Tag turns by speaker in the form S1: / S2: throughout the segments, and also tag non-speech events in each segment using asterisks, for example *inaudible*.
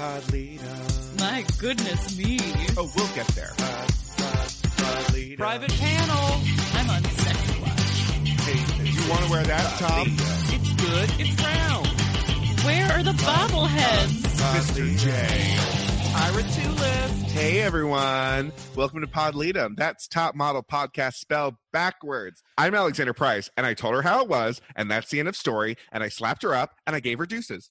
S1: Pod leader.
S2: My goodness me.
S1: Oh, we'll get there. Pod, pod, pod leader.
S2: Private panel. I'm on second watch.
S1: You want to wear that top?
S2: It's good. It's round. Where are the bobbleheads?
S1: Mr. J.
S2: Ira Tulip.
S1: Hey everyone. Welcome to Pod Leadem. That's top model podcast spelled backwards. I'm Alexander Price and I told her how it was and that's the end of story and I slapped her up and I gave her deuces.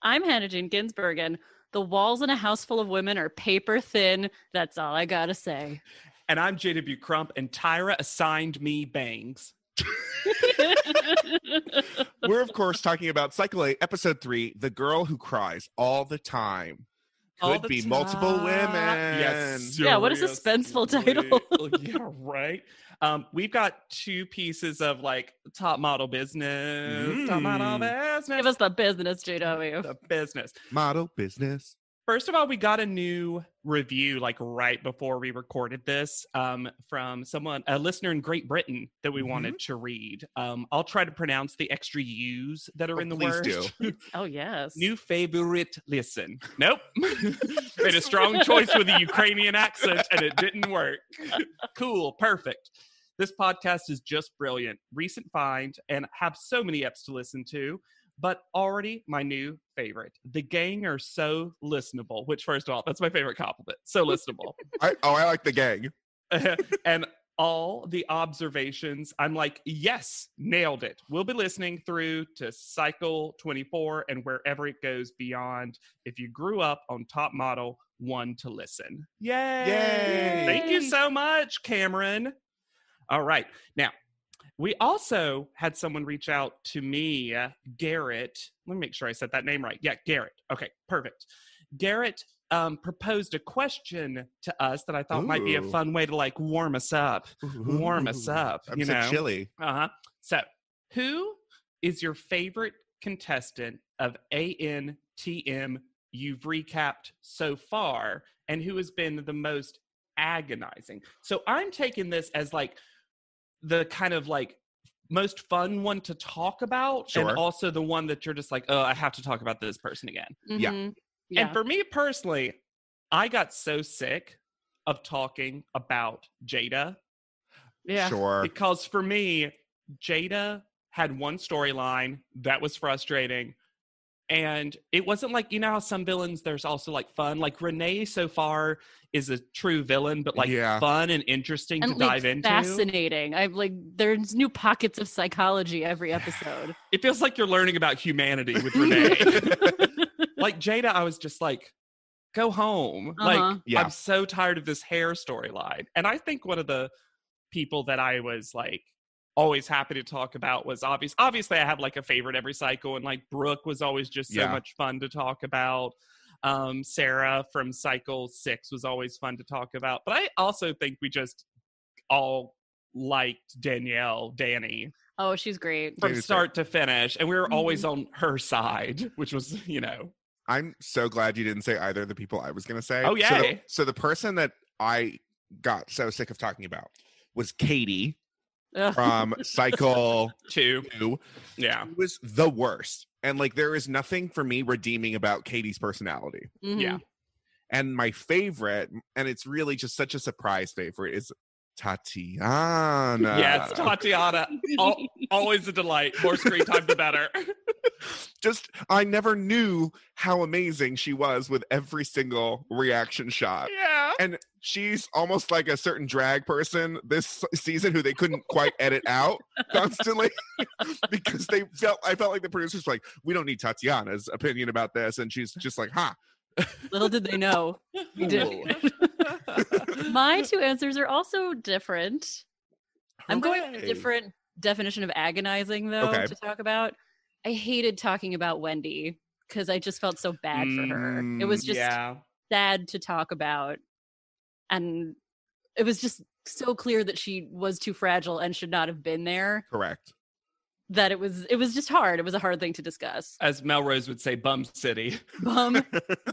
S2: I'm Hannah Jane Ginsburg, and the walls in a house full of women are paper thin. That's all I gotta
S3: *laughs*
S2: say.
S3: And I'm JW Crump, and Tyra assigned me bangs.
S1: We're of course talking about Cycle 8 episode 3, The Girl Who Cries All the Time.
S3: All
S1: Could
S3: the
S1: be multiple
S2: time.
S1: women.
S2: Yeah, what a suspenseful
S3: seriously.
S2: *laughs* title.
S3: yeah, right. Um, we've got two pieces of like top model business. Top
S1: Mm.
S3: model business.
S2: Give us the business, JW.
S3: the business.
S1: Model business.
S3: First of all, we got a new review like right before we recorded this um, from someone, a listener in Great Britain that
S1: Mm-hmm.
S3: we wanted to read. Um, I'll try to pronounce the extra U's that are
S1: Oh,
S3: in the
S1: please
S3: word.
S1: do.
S3: *laughs*
S2: Oh, yes.
S3: New favorite listen. Nope. *laughs* Made a strong choice with a Ukrainian accent and it didn't work. cool. Perfect. This podcast is just brilliant. Recent find and have so many eps to listen to, but already my new favorite. The gang are so listenable, which, first of all, that's my favorite compliment. So listenable.
S1: I, oh, I like the gang.
S3: *laughs* and all the observations, I'm like, yes, nailed it. We'll be listening through to cycle 24 and wherever it goes beyond. If you grew up on Top Model, one to listen. Yay! Thank you
S2: Yay.
S3: so much, Cameron. All right. Now, we also had someone reach out to me, uh, Garrett. Let me make sure I said that name right. Yeah, Garrett. Okay, perfect. Garrett um, proposed a question to us that I thought might be a
S1: Ooh.
S3: fun way to like warm us up. Warm us
S1: Ooh.
S3: up,
S1: I'm
S3: you
S1: so
S3: know.
S1: chilly.
S3: Uh huh. So, who is your favorite contestant of ANTM you've recapped so far, and who has been the most agonizing? So, I'm taking this as like the kind of like most fun one to talk about,
S1: Sure.
S3: and also the one that you're just like, oh, I have to talk about this person again.
S1: Yeah.
S2: Mhm. Yeah.
S3: And for me personally, I got so sick of talking about Jada
S2: yeah.
S1: Sure.
S3: because for me, Jada had one storyline that was frustrating. And it wasn't like, you know how some villains, there's also like fun. Like Renee so far is a true villain, but like
S1: Yeah.
S3: *laughs* fun and interesting
S2: And
S3: to
S2: like
S3: dive into.
S2: fascinating. I'm like, there's new pockets of psychology every episode.
S3: It feels like you're learning about
S2: *laughs*
S3: humanity with Renee. like Jada, I was just like, go home.
S2: Uh-huh.
S3: Like,
S1: *laughs* Yeah.
S3: I'm so tired of this hair storyline. And I think one of the people that I was like always happy to talk about was obvious. Obviously, I have like a favorite every cycle, and like Brooke was always just so
S1: Yeah.
S3: much fun to talk about. Um, Sarah from cycle six was always fun to talk about. But I also think we just all liked Danielle, Danny
S2: oh, she's great.
S3: from
S1: Dude,
S3: start to finish, and we were always
S1: Mm-hmm.
S3: on her side, which was, you know,
S1: I'm so glad you didn't say either of the people I was going to say. So
S3: Oh,
S1: the,
S3: yay.
S1: so the person that I got so sick of talking about was Katie
S2: Ugh.
S1: from Cycle
S3: two.
S1: 2.
S3: Yeah.
S1: It was the worst. And like, there is nothing for me redeeming about Katie's personality.
S2: Mhm.
S3: Yeah.
S1: And my favorite, and it's really just such a surprise favorite, is Tatiana.
S3: Yes, Tatiana. *laughs* Al- always a delight. More screen time, the *laughs* better.
S1: just I never knew how amazing she was with every single reaction shot.
S3: Yeah.
S1: And she's almost like a certain drag person this season who they couldn't quite edit out constantly *laughs* because they felt I felt like the producers were like, we don't need Tatiana's opinion about this. And she's just like, huh.
S2: *laughs* Little did they know. We did. *laughs* My two answers are also different. I'm going with a
S1: Hooray.
S2: different definition of agonizing, though,
S1: Okay.
S2: to talk about. I hated talking about Wendy because I just felt so bad for her. It was
S1: Mm,
S2: just
S3: Mm, yeah.
S2: sad to talk about. And it was just so clear that she was too fragile and should not have been there
S1: Correct.
S2: that it was it was just hard. It was a hard thing to discuss.
S3: as Melrose would say, bum city.
S1: *laughs*
S2: Bum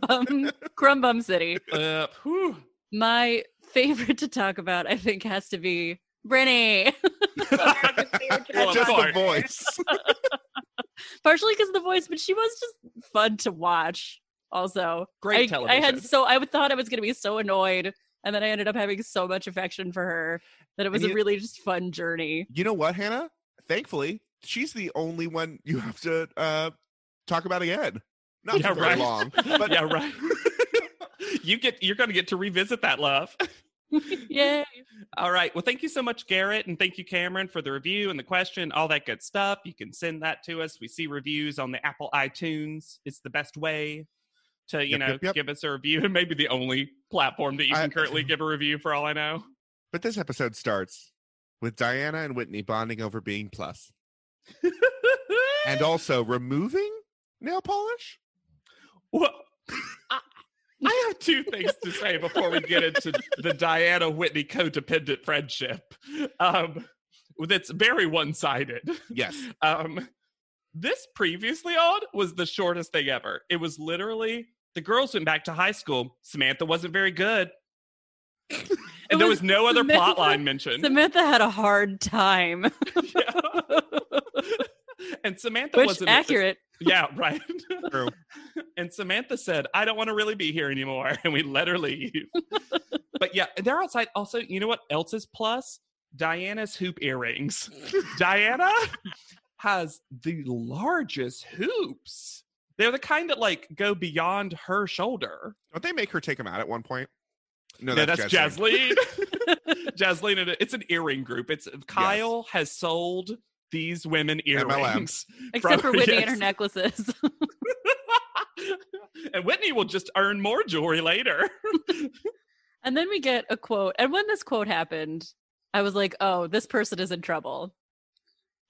S2: bum crumb bum city.
S3: uh, whew.
S2: My favorite to talk about, I think, has to be Brenny.
S1: *laughs*
S3: Well,
S1: just the
S3: sorry.
S1: voice.
S2: *laughs* Partially because of the voice, but she was just fun to watch. Also,
S3: *laughs* Great
S2: I,
S3: television.
S2: I had so I would- thought I was going to be so annoyed, and then I ended up having so much affection for her that it was
S1: And
S2: a
S1: you-
S2: really just fun
S3: *laughs*
S2: journey.
S1: You know what, Hannah? Thankfully, she's the only one you have to uh, talk about again. Not
S3: Yeah,
S1: for very
S3: right.
S1: long.
S3: but yeah, right. *laughs* you get you're gonna get to revisit that love.
S2: Yay!
S3: All right. Well, thank you so much, Garrett, and thank you, Cameron, for the review and the question, all that good stuff. You can send that to us. We see reviews on the Apple iTunes. It's the best way to, you
S1: Yep,
S3: know,
S1: yep, yep.
S3: give us a review. And maybe the only platform that you
S1: I- *laughs*
S3: can currently give a review for all I know.
S1: But this episode starts with Diana and Whitney bonding over being plus and
S3: *laughs*
S1: also removing nail polish.
S3: Well, I, I have two things to say before we get into the Diana Whitney codependent friendship. Um, that's very one sided.
S1: Yes.
S3: Um, this previously on was the shortest thing ever. It was literally the girls went back to high school. Samantha wasn't
S2: *laughs*
S3: very good. And there
S2: was
S3: was no other plot
S2: Samantha-
S3: line mentioned. *laughs*
S2: Samantha had a hard time, *laughs*
S3: and Samantha
S2: which
S3: wasn't
S2: accurate.
S3: Yeah, right.
S1: True.
S3: *laughs* and Samantha said, I don't want to really be here anymore. *laughs* And we let
S1: *laughs*
S3: her leave. but yeah, they're outside. Also, you know what else is plus? Diana's hoop
S1: *laughs*
S3: earrings. Diana has the largest hoops. They're the kind that like go beyond her shoulder.
S1: Don't they make her take him out at one point? No,
S3: yeah, that's
S1: Jasmine.
S3: Jasmine.
S1: *laughs*
S3: *laughs* Jasmine, and it- it's an earring group. It's uh, Kyle has sold these women
S1: MLM.
S3: earrings. *laughs*
S2: Except for
S3: *laughs* Probably,
S2: Whitney and
S3: yes.
S2: her *laughs*
S3: *laughs*
S2: necklaces.
S3: and Whitney will just earn more jewelry later.
S2: and then we get a quote. And when this quote happened, I was like, oh, this person is in trouble.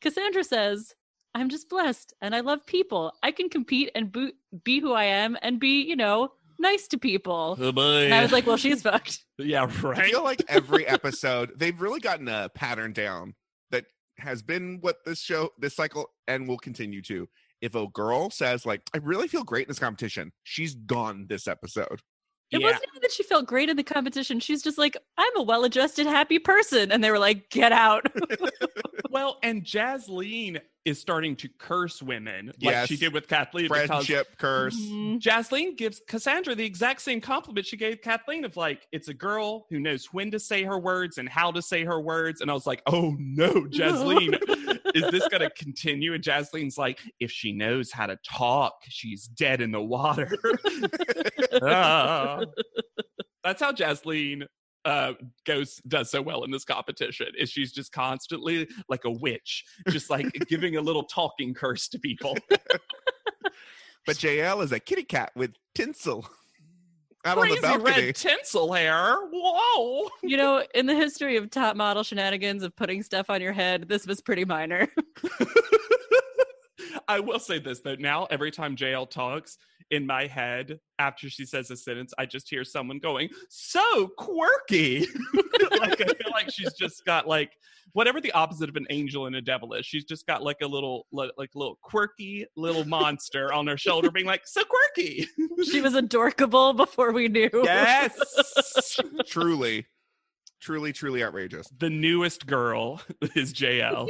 S2: Cassandra says, I'm just blessed and I love people. I can compete and bo- be who I am and be, you know, nice to people. And I was like, well, she's fucked.
S3: Uh, yeah, *laughs*
S1: I
S3: right.
S1: feel like
S3: *laughs*
S1: every episode they've really gotten a pattern down that has been what this show, this cycle, and will continue to. If a girl says like, "I really feel great in this competition," she's gone this episode.
S2: It
S3: yeah.
S2: wasn't even that she felt great in the competition. She's just like, I'm a well adjusted, happy person. And they were like, get out.
S3: Well, and Jasleen is starting to curse women like she
S1: Yes.
S3: did with Kathleen because
S1: Friendship
S2: *laughs*
S3: *laughs*
S1: curse.
S2: Mhm.
S3: Jasleen gives Cassandra the exact same compliment she gave Kathleen of like, it's a girl who knows when to say her words and how to say her words. And I was like, oh *laughs* no, Jasleen, is this going to continue? And Jasleen's like, if she knows how to talk, she's dead in the water. *laughs* Ah. That's how Jasleen uh, goes does so well in this competition. Is she's just constantly like a witch, just like giving a little talking curse to people.
S1: But JL is a kitty cat with tinsel out on the
S3: Crazy
S1: balcony.
S3: red tinsel hair. Whoa.
S2: You know, in the history of top model shenanigans of putting stuff on your head, this was pretty minor.
S3: I will say this though. Now, every time JL talks in my head after she says a sentence, I just hear someone going, "So quirky." *laughs* like I feel like she's just got like whatever the opposite of an angel and a devil is. She's just got like a little li- like a little quirky little monster on her shoulder, being like, "So quirky."
S2: she was adorkable before we knew.
S3: Yes.
S1: *laughs* Truly, truly, truly outrageous.
S3: *laughs* the newest girl is JL.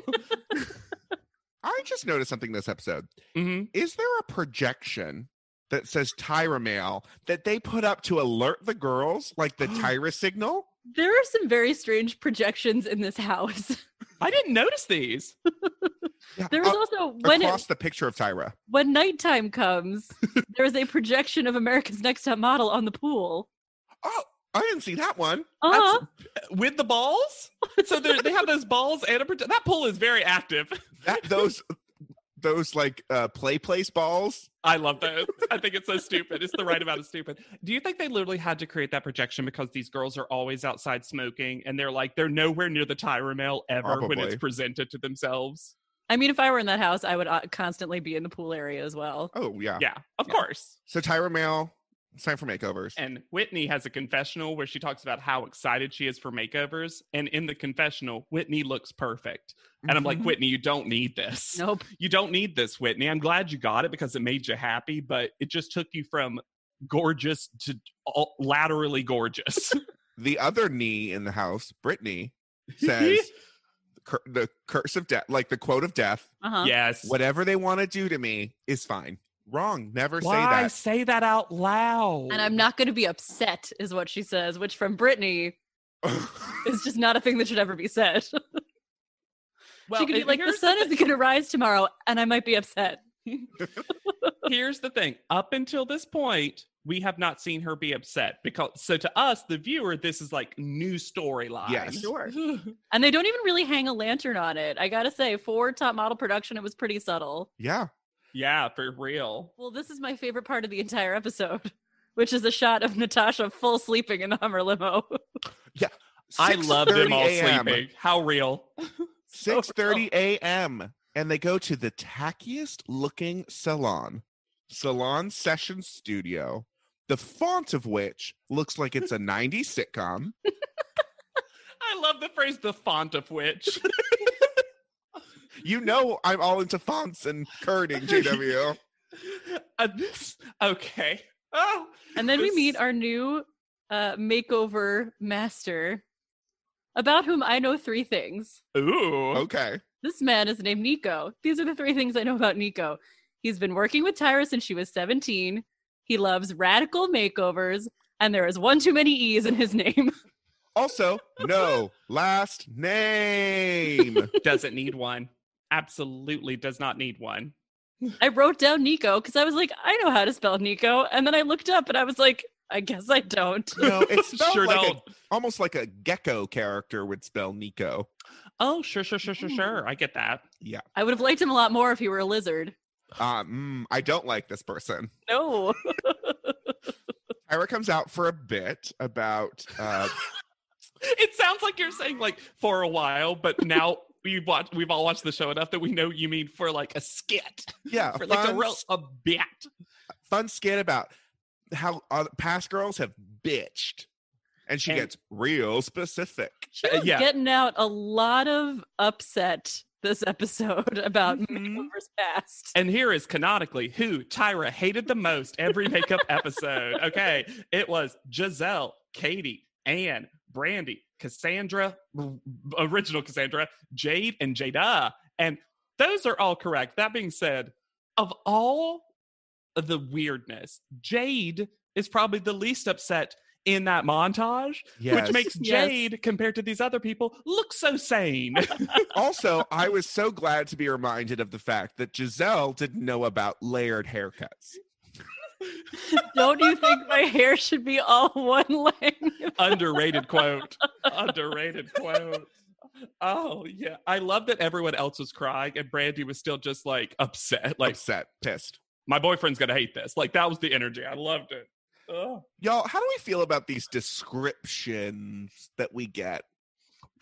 S1: I just noticed something this episode.
S3: hmm
S1: Is there a projection that says Tyra mail that they put up to alert the girls, like the Tyra signal?
S2: There are some very strange projections in this house. *laughs*
S3: I didn't notice these.
S1: Yeah,
S2: There is
S1: a-
S2: also when it,
S1: Uh, across the picture of Tyra.
S2: when nighttime comes, there is a projection of America's Next Top Model on the pool.
S1: Oh, I didn't see that one.
S2: Uh-huh.
S3: with the balls. So they're- they have those balls and a prote- that pool is very active.
S1: That those those like uh play place balls.
S3: I love those. I think it's so stupid. It's the right amount of stupid. Do you think they literally had to create that projection because these girls are always outside smoking and they're like they're nowhere near the Tyra male ever when it's
S1: Probably.
S3: presented to themselves?
S2: I mean, if I were in that house, I would uh, constantly be in the pool area as well.
S1: Oh yeah.
S3: Yeah, of
S1: Yeah.
S3: course.
S1: So Tyra Mail, it's time for makeovers.
S3: And Whitney has a confessional where she talks about how excited she is for makeovers. And in the confessional, Whitney looks perfect. And I'm
S1: Mm-hmm.
S3: like, Whitney, you don't need this.
S2: Nope.
S3: You don't need this, Whitney. I'm glad you got it because it made you happy, but it just took you from gorgeous to all, laterally gorgeous.
S1: the other knee in the house, Brittany, says the cur- the curse of death, like the quote of death,
S2: Uh huh.
S3: yes.
S1: whatever they want to do to me is fine. Wrong. Never say
S3: Why
S1: that.
S3: say that out loud?
S2: And I'm not going to be upset, is what she says, which from Brittany is just not a thing that should ever be said. *laughs* she could be
S3: it-
S2: like, the
S3: here's
S2: sun is going to rise tomorrow, and I might be upset.
S3: here's the thing up until this point we have not seen her be upset because so to us the viewer this is like new storyline
S1: Yes.
S2: Sure. And they don't even really hang a lantern on it. I got to say, for top model production, it was pretty subtle.
S1: *laughs* yeah.
S3: *laughs* yeah for real
S2: Well, this is my favorite part of the entire episode, *laughs* which is a shot of Natasha full sleeping in the Hummer limo. *laughs*
S3: i love them
S1: 6:30
S3: all
S1: a.m..
S3: sleeping *laughs* how real
S1: 6:30 a.m. and they go to the tackiest looking salon, Salon Session Studio, the font of which looks like it's a 90s sitcom.
S3: i love the phrase the font of *laughs* which
S1: You know I'm all into fonts and curding,
S3: *laughs*
S1: JW.
S3: Uh, this- okay oh
S2: And then we
S3: this-
S2: meet our new uh, makeover master, about whom I know three things.
S3: ooh
S1: Okay.
S2: This man is named Nico. These are the three things I know about Nico. He's been working with Tyra since she was 17. He loves radical makeovers, and there is one too many E's in his *laughs* name.
S1: Also, no last name.
S3: doesn't need one absolutely does not need one
S2: I wrote down Nico because I was like, I know how to spell Nico. And then I looked up and I was like, I guess I don't.
S1: No, it's spelled
S3: sure
S1: like a,
S3: don't
S1: almost like a gecko character would spell Nico.
S3: oh sure sure sure sure sure i get that
S2: I would have liked him a lot more if he were a lizard.
S1: Uh, mm, I don't like this person.
S2: No. *laughs*
S1: Ira comes out for a bit about
S3: *laughs*
S1: uh,
S3: It sounds like you're saying like for a while, but now we've watched we've all watched the show enough that we know you mean for like a skit.
S1: yeah, a
S3: For like a
S1: fun,
S3: real
S1: s-
S3: a bit.
S1: fun skit about how uh, past girls have bitched, and she
S3: And-
S1: gets real specific.
S2: She
S3: Uh,
S2: was
S3: yeah.
S2: getting out a lot of upset this episode *laughs* about
S1: Mm-hmm.
S2: makeovers past.
S3: And here is canonically who Tyra hated the most every makeup episode. Okay. It was Giselle, Katie, Anne, Brandy, Cassandra, r- original Cassandra, Jade, and Jada. And those are all correct. That being said, of all of the weirdness, Jade is probably the least upset in that montage,
S1: Yes.
S3: which *laughs* makes
S2: Yes.
S3: Jade, compared to these other people, look so sane.
S1: also, I was so glad to be reminded of the fact that Giselle didn't know about layered haircuts.
S2: Don't you
S1: *laughs*
S2: think my hair should be all *laughs* one length?
S3: underrated quote underrated quote oh yeah i love that everyone else was crying and brandy was still just like upset like
S1: Upset, pissed.
S3: my boyfriend's gonna hate this like that was the energy i loved it Ugh.
S1: Y'all, how do we feel about these descriptions that we get?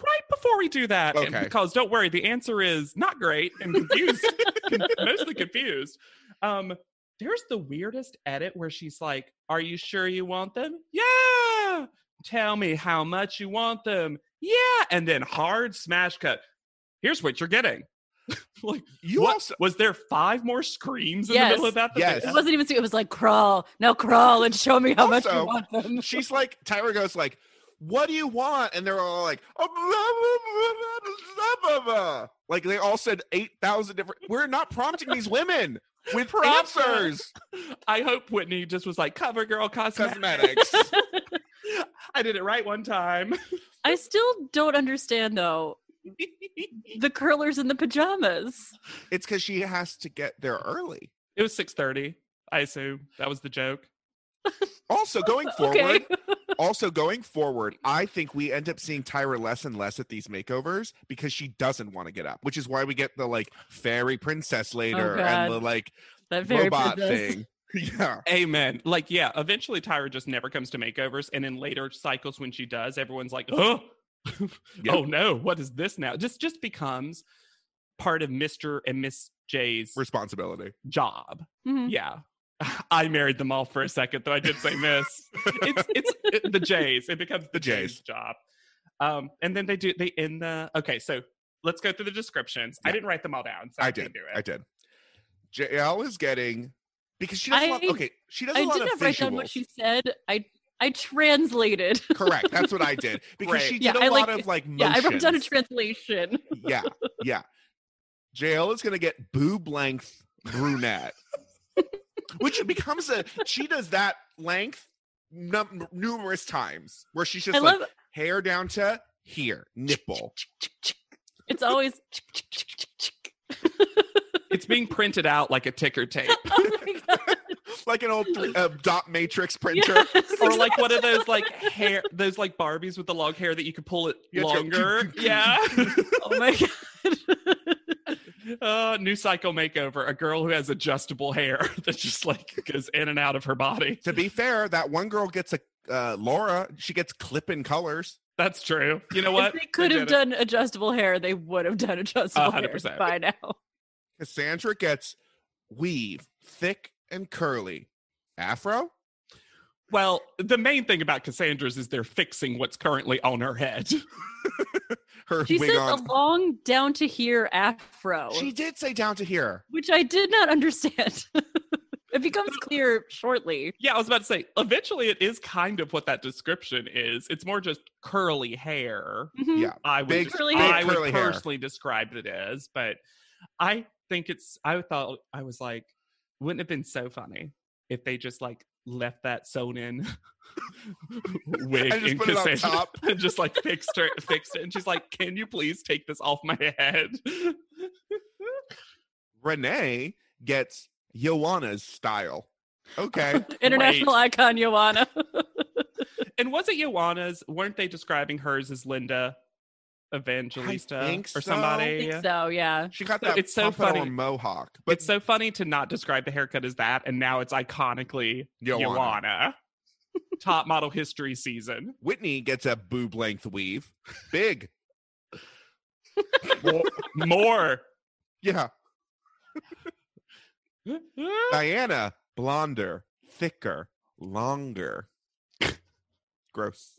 S3: right before we do that and
S1: Okay.
S3: because don't worry the answer is not great and
S1: *laughs*
S3: confused con- mostly confused um there's the weirdest edit where she's like are you sure you want them yeah tell me how much you want them yeah and then hard smash cut here's what you're getting *laughs* like
S1: You
S3: what
S1: also
S3: was there five more screams in the middle
S2: Yes.
S3: of that
S1: Yes.
S2: It wasn't even, it was like, crawl, now crawl and show me how much you
S1: Also-
S2: want them.
S1: she's like Tyra goes like, "What do you want?" And they're all like, "Oh, blah, blah, blah, blah, blah, blah, blah." like they all said eight thousand different. We're not prompting these women with
S3: Prompter.
S1: answers,
S3: i hope whitney just was like cover
S1: *laughs*
S3: girl
S2: *laughs*
S3: cosmetics
S1: cosmetics.
S3: i did it right one time *laughs*
S2: I still don't understand though the curlers in the pajamas.
S1: it's because she has to get there early.
S3: It was six thirty. I assume that was the joke.
S1: Also going forward,
S2: *laughs* Okay.
S1: also going forward, I think we end up seeing Tyra less and less at these makeovers because she doesn't want to get up, which is why we get the like fairy princess later and
S2: Oh, God.
S1: the like
S2: that very
S1: robot
S2: princess.
S1: thing. *laughs* Yeah.
S3: Amen. Like, yeah. Eventually, Tyra just never comes to makeovers, and in later cycles when she *laughs* does, everyone's like, "Oh,
S1: Yep.
S3: oh no, what is this now?" Just just becomes part of Mr. and Miss J's
S1: Responsibility.
S3: job.
S2: Mhm.
S3: Yeah. *laughs* I married them all for a second, though I did say miss. it's it's it- the J's. It becomes the J's,
S1: J's.
S3: job. Um, and then they do they in the okay. So let's go through the descriptions. I
S1: Yeah.
S3: didn't write them all down, so I,
S1: I
S3: can't
S1: did.
S3: do it.
S1: I did. JL is getting because she does a lot.
S2: I-
S1: Okay, she does a
S2: I
S1: lot
S2: did
S1: of
S2: not
S1: visuals.
S2: write down what she *laughs* said. I I translated. *laughs*
S1: Correct. That's what I did because
S3: Right.
S1: she did
S2: Yeah,
S1: a
S2: I
S1: lot
S2: like-
S1: of like
S2: yeah, I wrote down a
S1: motions.
S2: translation.
S1: yeah, yeah. JL is gonna get boob length brunette, which becomes a she does that length num- numerous times where she's just
S2: I
S1: like
S2: love
S1: hair down to here
S2: *laughs*
S1: nipple.
S2: it's always
S3: It's being printed out like a ticker tape,
S2: *laughs* oh my god.
S1: like an old
S2: *laughs*
S1: three, uh, dot matrix printer.
S2: Yes,
S3: or like
S2: *laughs*
S3: one of those like hair, those like Barbies with the long hair that you can pull it
S1: You have to go
S2: *laughs*
S3: longer. yeah.
S1: *laughs*
S2: oh my god. *laughs*
S3: uh, new psycho makeover: a girl who has adjustable hair *laughs* that just like goes in and out of her body.
S1: To be fair, that one girl gets a uh, Laura. She gets clipping colors.
S3: That's true. You know what?
S2: If they could have
S3: did it.
S2: done adjustable hair, they would have done adjustable hair
S3: 100%.
S2: by now.
S1: Cassandra gets weave, thick and curly, afro.
S3: Well, the main thing about Cassandra's is they're fixing what's currently on her head. *laughs*
S1: Her
S2: She
S1: wig
S2: says
S1: on.
S2: a long down to here afro,
S1: She did say down to here.
S2: which I did not understand. *laughs* it becomes clear shortly.
S3: yeah, I was about to say, eventually it is kind of what that description is. It's more just curly hair.
S2: Mhm.
S1: Yeah.
S3: I would,
S1: Big-
S3: des-
S2: Curly
S3: I
S1: hair.
S3: would
S1: Curly hair.
S3: personally describe it as, but I think it's, I thought, I was like, wouldn't it have been so funny if they just like left that
S1: *laughs*
S3: sewn in *laughs* wig
S1: And just
S3: in
S1: put it on
S3: Cassandra
S1: top.
S3: *laughs* and just like fixed her, fixed it. And she's like, can you please take this off my head? *laughs*
S1: Renee gets Joanna's style.
S2: *laughs*
S1: Okay.
S2: International icon Joanna. *laughs*
S3: And was it Ioana's? Weren't they describing hers as Linda Evangelista
S1: think
S3: or
S1: so.
S2: I
S3: somebody?
S2: think so, yeah.
S1: She got
S3: So
S1: that
S3: it's so
S1: pompadour
S3: funny.
S1: mohawk. But
S3: it's so funny to not describe the haircut as that, and now it's iconically
S1: Joanna.
S3: Ioana. *laughs* Top model history season.
S1: Whitney gets a boob length weave.
S3: *laughs*
S1: Big.
S3: More. more.
S1: Yeah. Diana, blonder, thicker, longer. Gross.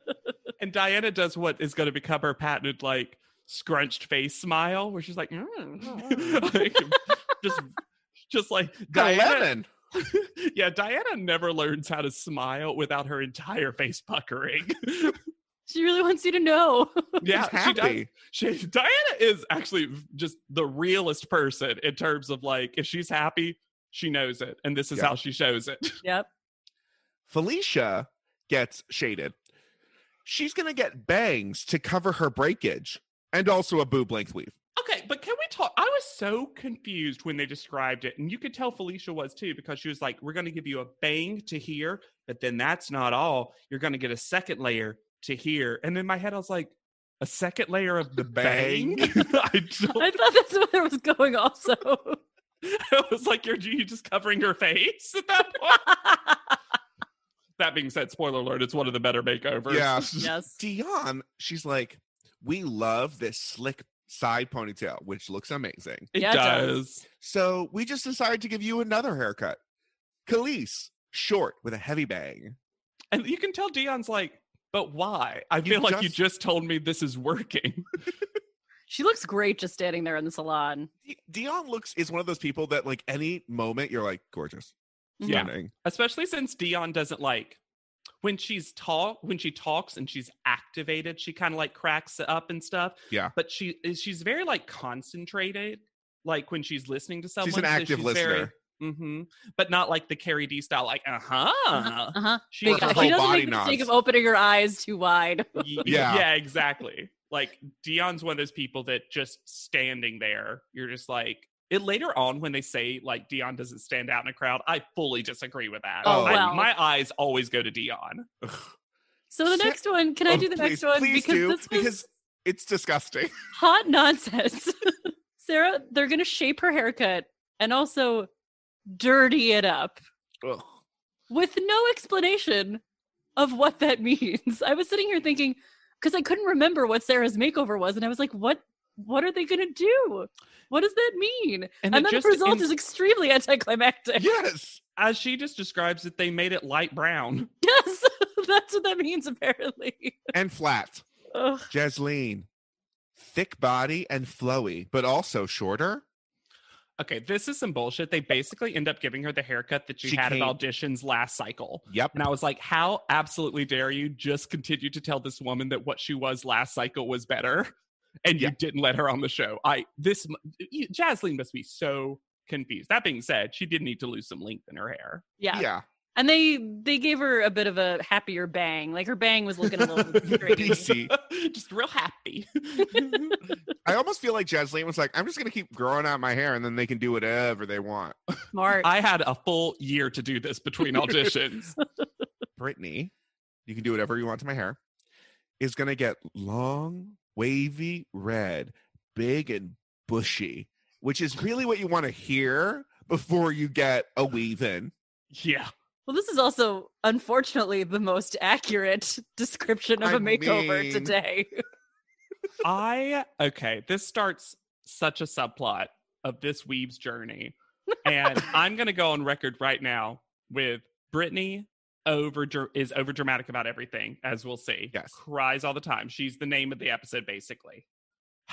S3: *laughs* and Diana does what is going to become her patented, like, scrunched face smile, where she's like,
S1: Mm-hmm.
S3: mm. *laughs* Like, just, just like
S1: Got a
S3: Diana.
S1: lemon.
S3: *laughs* yeah, Diana never learns how to smile without her entire face
S1: *laughs*
S3: puckering.
S2: She really wants you to know. *laughs*
S3: yeah,
S1: She's
S3: she
S1: happy.
S3: does. She, Diana is actually v- just the realest person in terms of like if she's happy, she knows it, and this is
S1: Yeah.
S3: how she shows it.
S2: yep.
S1: Felicia gets shaded. She's gonna get bangs to cover her breakage and also a boob length weave.
S3: Okay, but can we talk? I was so confused when they described it, and you could tell Felicia was too because she was like, "We're going to give you a bang to here, but then that's not all. You're going to get a second layer to here." And in my head, I was like, "A second layer of the bang?" *laughs*
S1: Bang.
S2: *laughs*
S3: I don't
S2: I thought that's where it was going also.
S3: I was like, "You're you just covering her face at that point." that being said, spoiler alert: it's one of the better makeovers. *laughs*
S1: Yeah.
S2: *laughs*
S1: *laughs*
S2: *laughs* yes.
S1: Dion, she's like, we love this slick side ponytail, which looks amazing.
S3: it
S2: Yeah, it does.
S3: does.
S1: So we just decided to give you another haircut. Khalees, short with a heavy bang.
S3: And you can tell Dion's like, "But why?" I feel like you
S1: just-
S3: just told me this is working.
S2: She looks great just standing there in the salon.
S1: Di- Dion looks is one of those people that like any moment you're like gorgeous,
S2: Mhm.
S3: Yeah.
S1: stunning.
S3: especially since Dion doesn't like when she's talk when she talks and she's activated, she kind of like cracks it up and stuff.
S1: Yeah.
S3: but she is she's very like concentrated, like when she's listening to someone.
S1: She's an active listener.
S3: hmm But not like the Carrie D style, like uh huh.
S2: Uh-huh.
S3: She,
S2: Big
S1: her
S2: eye-
S1: whole
S2: She doesn't
S1: body
S2: make the mistake
S1: nods.
S2: of opening her eyes too wide.
S3: yeah,
S1: Yeah.
S3: yeah, exactly. Like Dion's one of those people that just standing there, you're just like. It later on when they say like Dion doesn't stand out in a crowd, I fully disagree with that.
S1: Oh,
S3: I-
S2: wow.
S3: my eyes always go to Dion.
S2: So the
S1: Sa-
S2: next one, can I
S1: Oh,
S2: do the next
S1: please-
S2: one?
S1: Please
S2: because
S1: do,
S2: this was
S1: because it's disgusting. *laughs*
S2: hot nonsense. *laughs* Sarah, they're gonna shape her haircut and also dirty it up
S1: Ugh.
S2: with no explanation of what *laughs* that means. I was sitting here thinking, because I couldn't remember what Sarah's makeover was, and I was like, what what are they going to do? What does that mean? And,
S3: it
S2: then
S3: just
S2: the result
S3: ins-
S2: is extremely anticlimactic.
S1: Yes.
S3: as she just describes it, they made it light brown.
S2: *laughs*
S3: *laughs*
S2: Yes, that's what that means apparently.
S1: And flat.
S2: Ugh.
S1: Jasleen. Thick body and flowy, but also shorter.
S3: Okay, this is some bullshit. They basically end up giving her the haircut that she,
S1: She
S3: had at
S1: can't-
S3: auditions last cycle.
S1: Yep.
S3: And I was like, how absolutely dare you just continue to tell this woman that what she was last cycle was better *laughs* and
S1: Yeah.
S3: you didn't let her on the show. I this m- you- Jasmine must be so confused. That being said, she did need to lose some length in her hair.
S2: Yeah.
S1: yeah.
S2: And they they gave her a bit of a happier bang. Like her bang was looking a
S3: *laughs*
S2: little crazy.
S1: PC.
S3: just real happy.
S1: I almost feel like Jasleen was like, I'm just gonna keep growing out my hair and then they can do whatever they want.
S2: Smart.
S3: I had a full year to do
S2: *laughs*
S3: this between auditions.
S1: Brittany, you can do whatever you want to my hair, is going to get long, wavy red, big and bushy, which is really what you want to hear before you get a weave in.
S3: yeah.
S2: Well, this is also unfortunately the most accurate *laughs* description of
S1: I
S2: a makeover
S1: mean-
S2: today. *laughs*
S3: I okay, this starts such a subplot of this weeb's journey.
S1: *laughs*
S3: And I'm gonna go on record right now with Brittany over is over dramatic about everything, as we'll see.
S1: Yes.
S3: Cries all the time. She's the name of the episode, basically.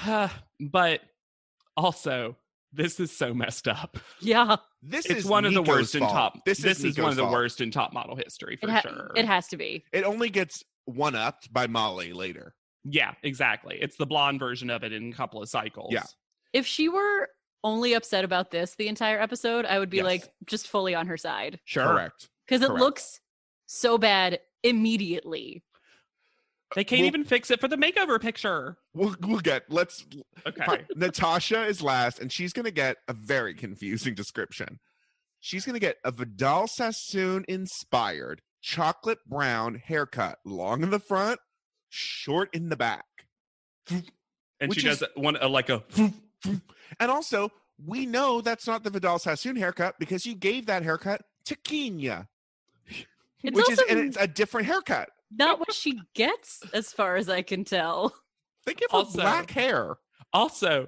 S3: *sighs* but also, this is so messed up.
S2: yeah,
S1: This
S3: it's
S1: is
S3: one of the
S1: Nico's
S3: worst in
S1: fault.
S3: top.
S1: This, is,
S3: one of
S1: Nico's
S3: the
S1: fault.
S3: worst in top model history for
S2: it, ha-
S3: sure.
S2: it has to be.
S1: It only gets one upped by Molly later.
S3: yeah, exactly. It's the blonde version of it in a couple of cycles.
S1: Yeah.
S2: If she were only upset about this the entire episode, I would be
S1: Yes.
S2: like just fully on her side
S3: Sure.
S1: Correct.
S2: because it
S1: Correct.
S2: looks so bad immediately.
S3: They can't
S1: Well-
S3: even fix it for the makeover picture.
S1: We'll, we'll get, let's,
S3: Okay.
S1: fine. Natasha is last and she's going to get a very confusing description. She's going to get a Vidal Sassoon inspired chocolate brown haircut, long in the front, short in the back. *laughs*
S3: And
S1: Which
S3: she
S1: is-
S3: does one uh, like a
S1: And also, we know that's not the Vidal Sassoon haircut because you gave that haircut to Kenya,
S2: It's
S1: which
S2: also
S1: is and
S3: uh,
S1: it's a different haircut.
S2: not what she gets, as far as I can tell. *laughs*
S1: They give her
S3: Also-
S1: black hair.
S3: also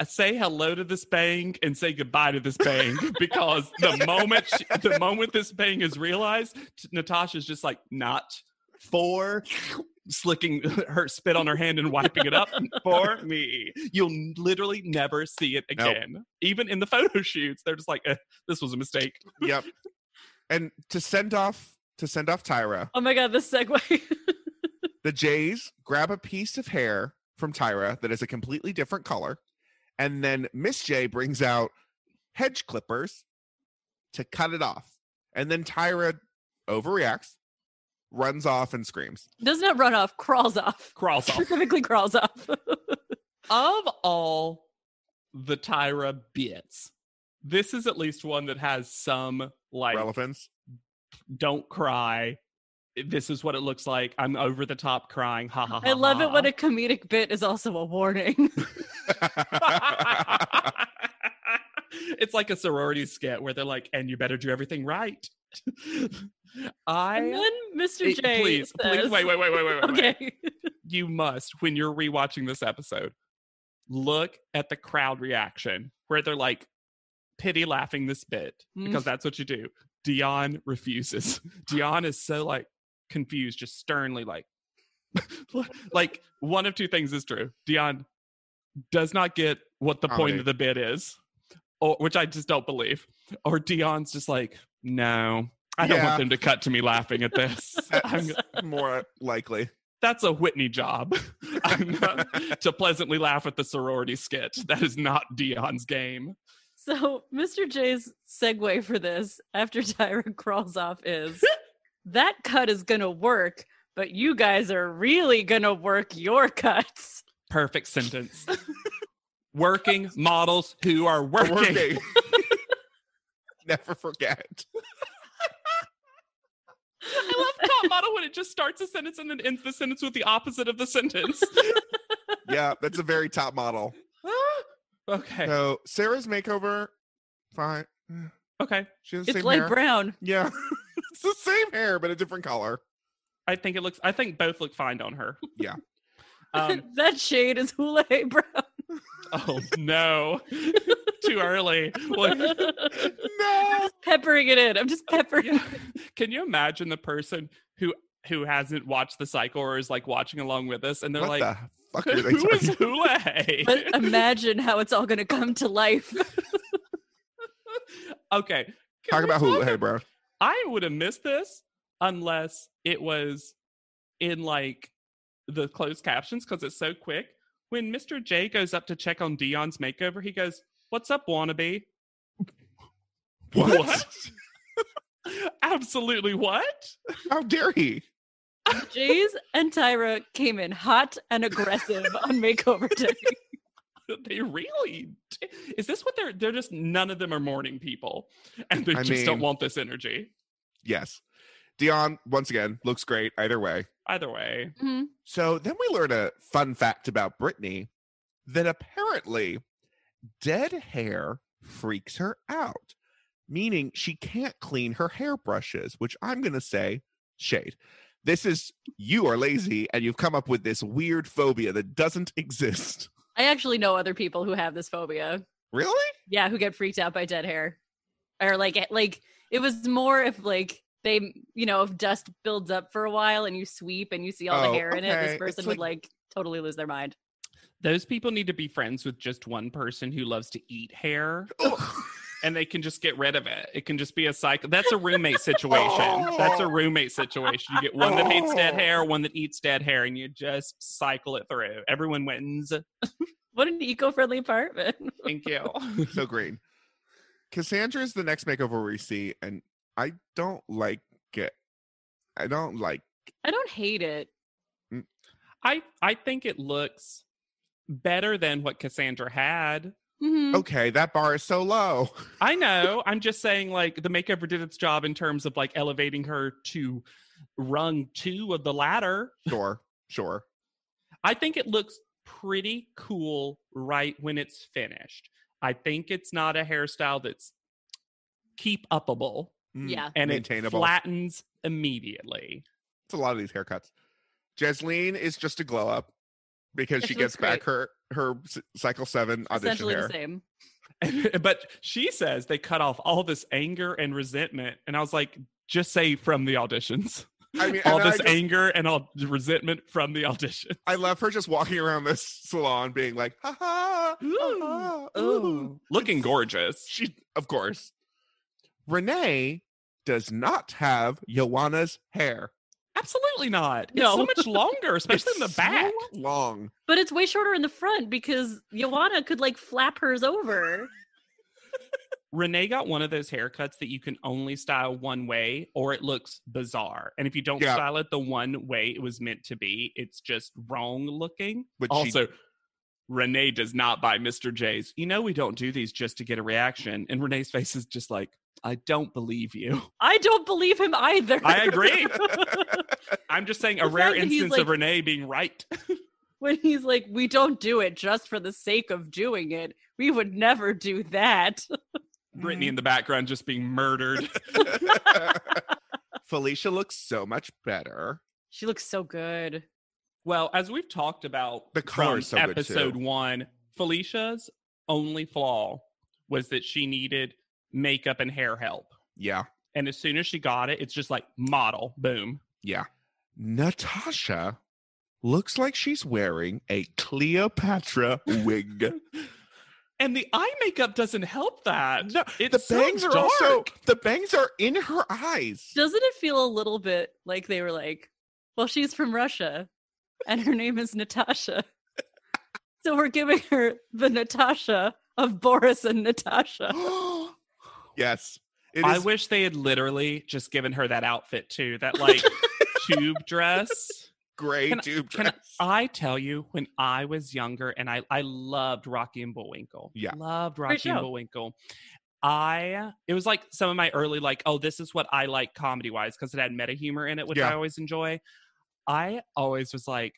S3: uh, say hello to this bang and say goodbye to this *laughs* bang because the moment she, the moment this bang is realized, t- Natasha's just like not for slicking her spit on her hand and wiping it up *laughs* for me. You'll literally never see it
S1: Nope.
S3: again. Even in the photo shoots, they're just like, eh, "This was a mistake."
S1: Yep. and to send off to send off Tyra,
S2: Oh my god, this segue. *laughs*
S1: The Jays grab a piece of hair from Tyra that is a completely different color. And then Miss J brings out hedge clippers to cut it off. And then Tyra overreacts, runs off, and screams.
S2: Does not run off, crawls off.
S3: Crawls off.
S2: Specifically crawls off. *laughs*
S3: of all the Tyra bits, this is at least one that has some like
S1: Relevance.
S3: don't cry. This is what it looks like. I'm over the top crying. Ha ha. ha
S2: I love it when
S3: ha."
S2: a comedic bit is also a warning. *laughs*
S3: *laughs* it's like a sorority skit where they're like, "And you better do everything right." *laughs* I
S2: and then Mr.
S3: it-
S2: J.
S3: please, please,
S2: says-
S3: wait, wait, wait, wait, wait, wait.
S2: Okay.
S3: you must when you're rewatching this episode look at the crowd reaction where they're like pity laughing this bit
S2: Mm.
S3: because that's what you do dion refuses *laughs* dion is so like confused just sternly like *laughs* like one of two things is true dion does not get what the
S1: Comedy.
S3: point of the bit is or which i just don't believe or dion's just like no i don't
S1: Yeah.
S3: want them to cut to me laughing at
S1: *laughs*
S3: this I'm,
S1: More likely.
S3: that's a Whitney job. *laughs* I'm
S1: *laughs*
S3: not- to pleasantly laugh at the sorority skit. That is not Dion's game.
S2: So Mr. J's segue for this after *laughs* Tyra crawls off *laughs* is that cut is gonna work, but you guys are really gonna work your cuts.
S1: *laughs*
S3: Perfect sentence. Working models who are working.
S1: Working. *laughs* Never forget.
S3: *laughs*
S2: *laughs*
S3: I love top model when it just starts a sentence and then ends the sentence with the opposite of
S1: *laughs*
S3: the sentence.
S1: Yeah, that's a very top model.
S3: okay.
S1: So Sarah's makeover, fine. She
S3: Okay.
S1: has the
S2: It's
S1: same
S2: light
S1: hair.
S2: brown.
S1: Yeah. *laughs* it's the same hair, but a different color.
S3: I think it looks I think both look fine on her.
S1: Yeah.
S2: *laughs*
S3: Um, *laughs*
S2: that shade is Hula Hey Brown.
S3: Oh
S1: *laughs*
S3: no. Too early.
S2: *laughs*
S3: Well,
S1: No.
S2: peppering it in. I'm just
S1: *laughs*
S2: peppering.
S3: yeah. Can you imagine the person who who hasn't watched the cycle or is like watching along with us and they're
S1: what
S3: like,
S1: the
S3: *laughs*
S1: fuck are they
S3: who is
S1: talking?
S3: Hula Hey?
S2: But um, imagine how it's all going to come to life.
S3: *laughs* okay. can
S1: Talk
S3: we
S1: about hula, hey, bro.
S3: I would have missed this unless it was in like the closed captions because it's so quick. When Mr. J goes up to check on Dion's makeover, he goes, What's up, wannabe? *laughs*
S1: What?
S3: What? Absolutely what?
S1: How dare he?
S2: Jays and Tyra came in hot and aggressive on *laughs* makeover day.
S3: *laughs* They really d- is this what they're they're just none of them are morning people and they
S1: I
S3: just don't
S1: mean-
S3: want this energy.
S1: Yes. Dion, once again, looks great either way.
S3: Either way.
S2: Mhm.
S1: So then we learn a fun fact about Brittany that apparently dead hair freaks her out, meaning she can't clean her hairbrushes, which I'm going to say shade. This is you are lazy and you've come up with this weird phobia that doesn't *laughs* exist.
S2: I actually know other people who have this phobia.
S1: Really?
S2: Yeah, who get freaked out by dead hair, or like it- like it was more if like they you know if dust builds up for a while and you sweep and you see all
S1: Oh,
S2: the hair in it,
S1: okay.
S2: this
S1: It's
S2: person would like totally lose their mind.
S3: Those people need to be friends with just one person who loves to eat hair.
S1: Ugh.
S3: and they can just get rid of it. It can just be a cycle. That's
S1: *laughs*
S3: a roommate situation. That's a
S1: Oh.
S3: roommate situation. You get one that hates dead hair, one that eats dead hair, and you just cycle it through. Everyone wins.
S2: What an eco-friendly apartment. *laughs*
S3: Thank *laughs* you.
S1: *laughs* so green. Cassandra is the next makeover we see, and I don't like it. I don't like.
S2: I don't hate it.
S3: I I think it looks better than what Cassandra had.
S2: Mhm.
S1: Okay, that bar is so low. *laughs*
S3: I know. I'm just saying, like the makeover did its job in terms of like elevating her to rung two of the ladder.
S1: Sure, sure.
S3: I think it looks pretty cool right when it's finished. I think it's not a hairstyle that's keep upable
S1: Mm,
S2: Yeah.
S3: and it
S1: maintainable.
S3: flattens immediately. *laughs*
S1: It's a lot of these haircuts. Jasleen is just a glow up because
S2: Yeah,
S1: she
S2: she looks
S1: gets back her her s- cycle seven audition
S2: Essentially the
S1: hair.
S2: same.
S3: but she says they cut off all this anger and resentment and I was like just say from the auditions.
S1: I mean,
S3: all
S1: and I
S3: this
S1: just-
S3: anger and all the resentment from the audition.
S1: I love her just walking around this salon, being like, "Ha ha, ha ha, ooh."
S3: Looking gorgeous.
S1: She, of course, Renee does not have Joanna's hair,
S3: Absolutely not.
S2: No.
S3: It's so much *laughs* longer, especially in
S1: It's
S3: the back.
S1: so long.
S2: But it's way shorter in the front because Joanna could like flap hers over.
S3: Renee got one of those haircuts that you can only style one way or it looks bizarre. And if you don't
S1: Yeah.
S3: style it the one way it was meant to be, it's just wrong looking.
S1: But she-
S3: also, Renee does not buy Mr. J's. You know, we don't do these just to get a reaction. And Renee's face is just like, I don't believe you.
S2: *laughs* I don't believe him either.
S3: I agree. I'm just saying a
S2: The
S3: rare
S2: fact that he's
S3: instance of
S2: like-
S3: Renee being right.
S2: *laughs* when he's like, we don't do it just for the sake of doing it. We would never do that.
S3: Brittany in the background just being murdered.
S1: Felicia looks so much better.
S2: She looks so good.
S3: Well, as we've talked about
S1: The color is so good, too.
S3: episode one, Felicia's only flaw was that she needed makeup and hair help.
S1: Yeah,
S3: And as soon as she got it, it's just like model, boom.
S1: yeah. Natasha looks like she's wearing a Cleopatra wig.
S3: And the eye makeup doesn't help that.
S1: No,
S3: it's
S1: the
S3: so
S1: bangs are also
S3: dark.
S1: the bangs are in her eyes. *gasps*
S2: Doesn't it feel a little bit like they were like, well, she's from Russia and her name is Natasha. So we're giving her the Natasha of Boris and
S3: *gasps*
S2: Natasha.
S1: yes, it
S3: I
S1: is-
S3: wish they had literally just given her that outfit too, that
S1: *laughs*
S3: like tube dress.
S1: gray
S3: Can I-
S1: tube
S3: can I- uh
S1: dress.
S3: I tell you, when I was younger, and I I loved Rocky and Bullwinkle.
S1: Yeah.
S3: loved Rocky and
S2: show.
S3: Bullwinkle. I it was like some of my early like oh this is what I like comedy wise because it had meta humor in it which
S1: Yeah.
S3: I always enjoy. I always was like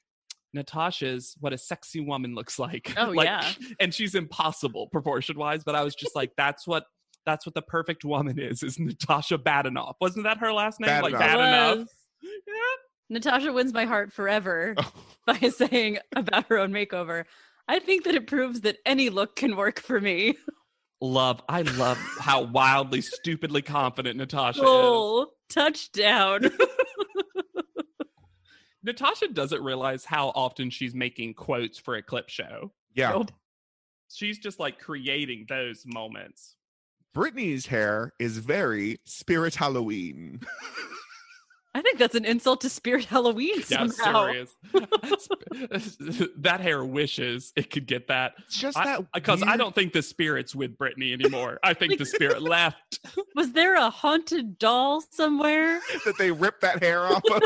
S3: Natasha's what a sexy woman looks like. *laughs*
S2: Oh,
S3: Like,
S2: yeah.
S3: and she's impossible proportion wise, but I was just like that's what. That's what the perfect woman is, is Natasha Badenoff. Wasn't that her last name? Like
S1: Badenoff.
S3: bad enough.
S2: Was. Natasha wins my heart forever
S1: Oh,
S2: *laughs* by saying about her own makeover. I think that it proves that any look can work for me.
S3: Love, I love how wildly, stupidly confident Natasha is.
S2: Goal, touchdown. *laughs*
S3: Natasha doesn't realize how often she's making quotes for a clip show.
S1: Yeah.
S2: Nope.
S3: She's just like creating those moments.
S1: Brittany's hair is very spirit Halloween.
S3: *laughs*
S2: I think that's an insult to Spirit Halloween
S3: Yeah,
S2: somehow.
S3: serious. *laughs* that hair wishes it could get that.
S1: It's just that
S3: Because I,
S1: weird-
S3: don't think the spirit's with Brittany anymore. I think the spirit left.
S2: Was there a haunted doll somewhere?
S1: that they ripped that hair off of.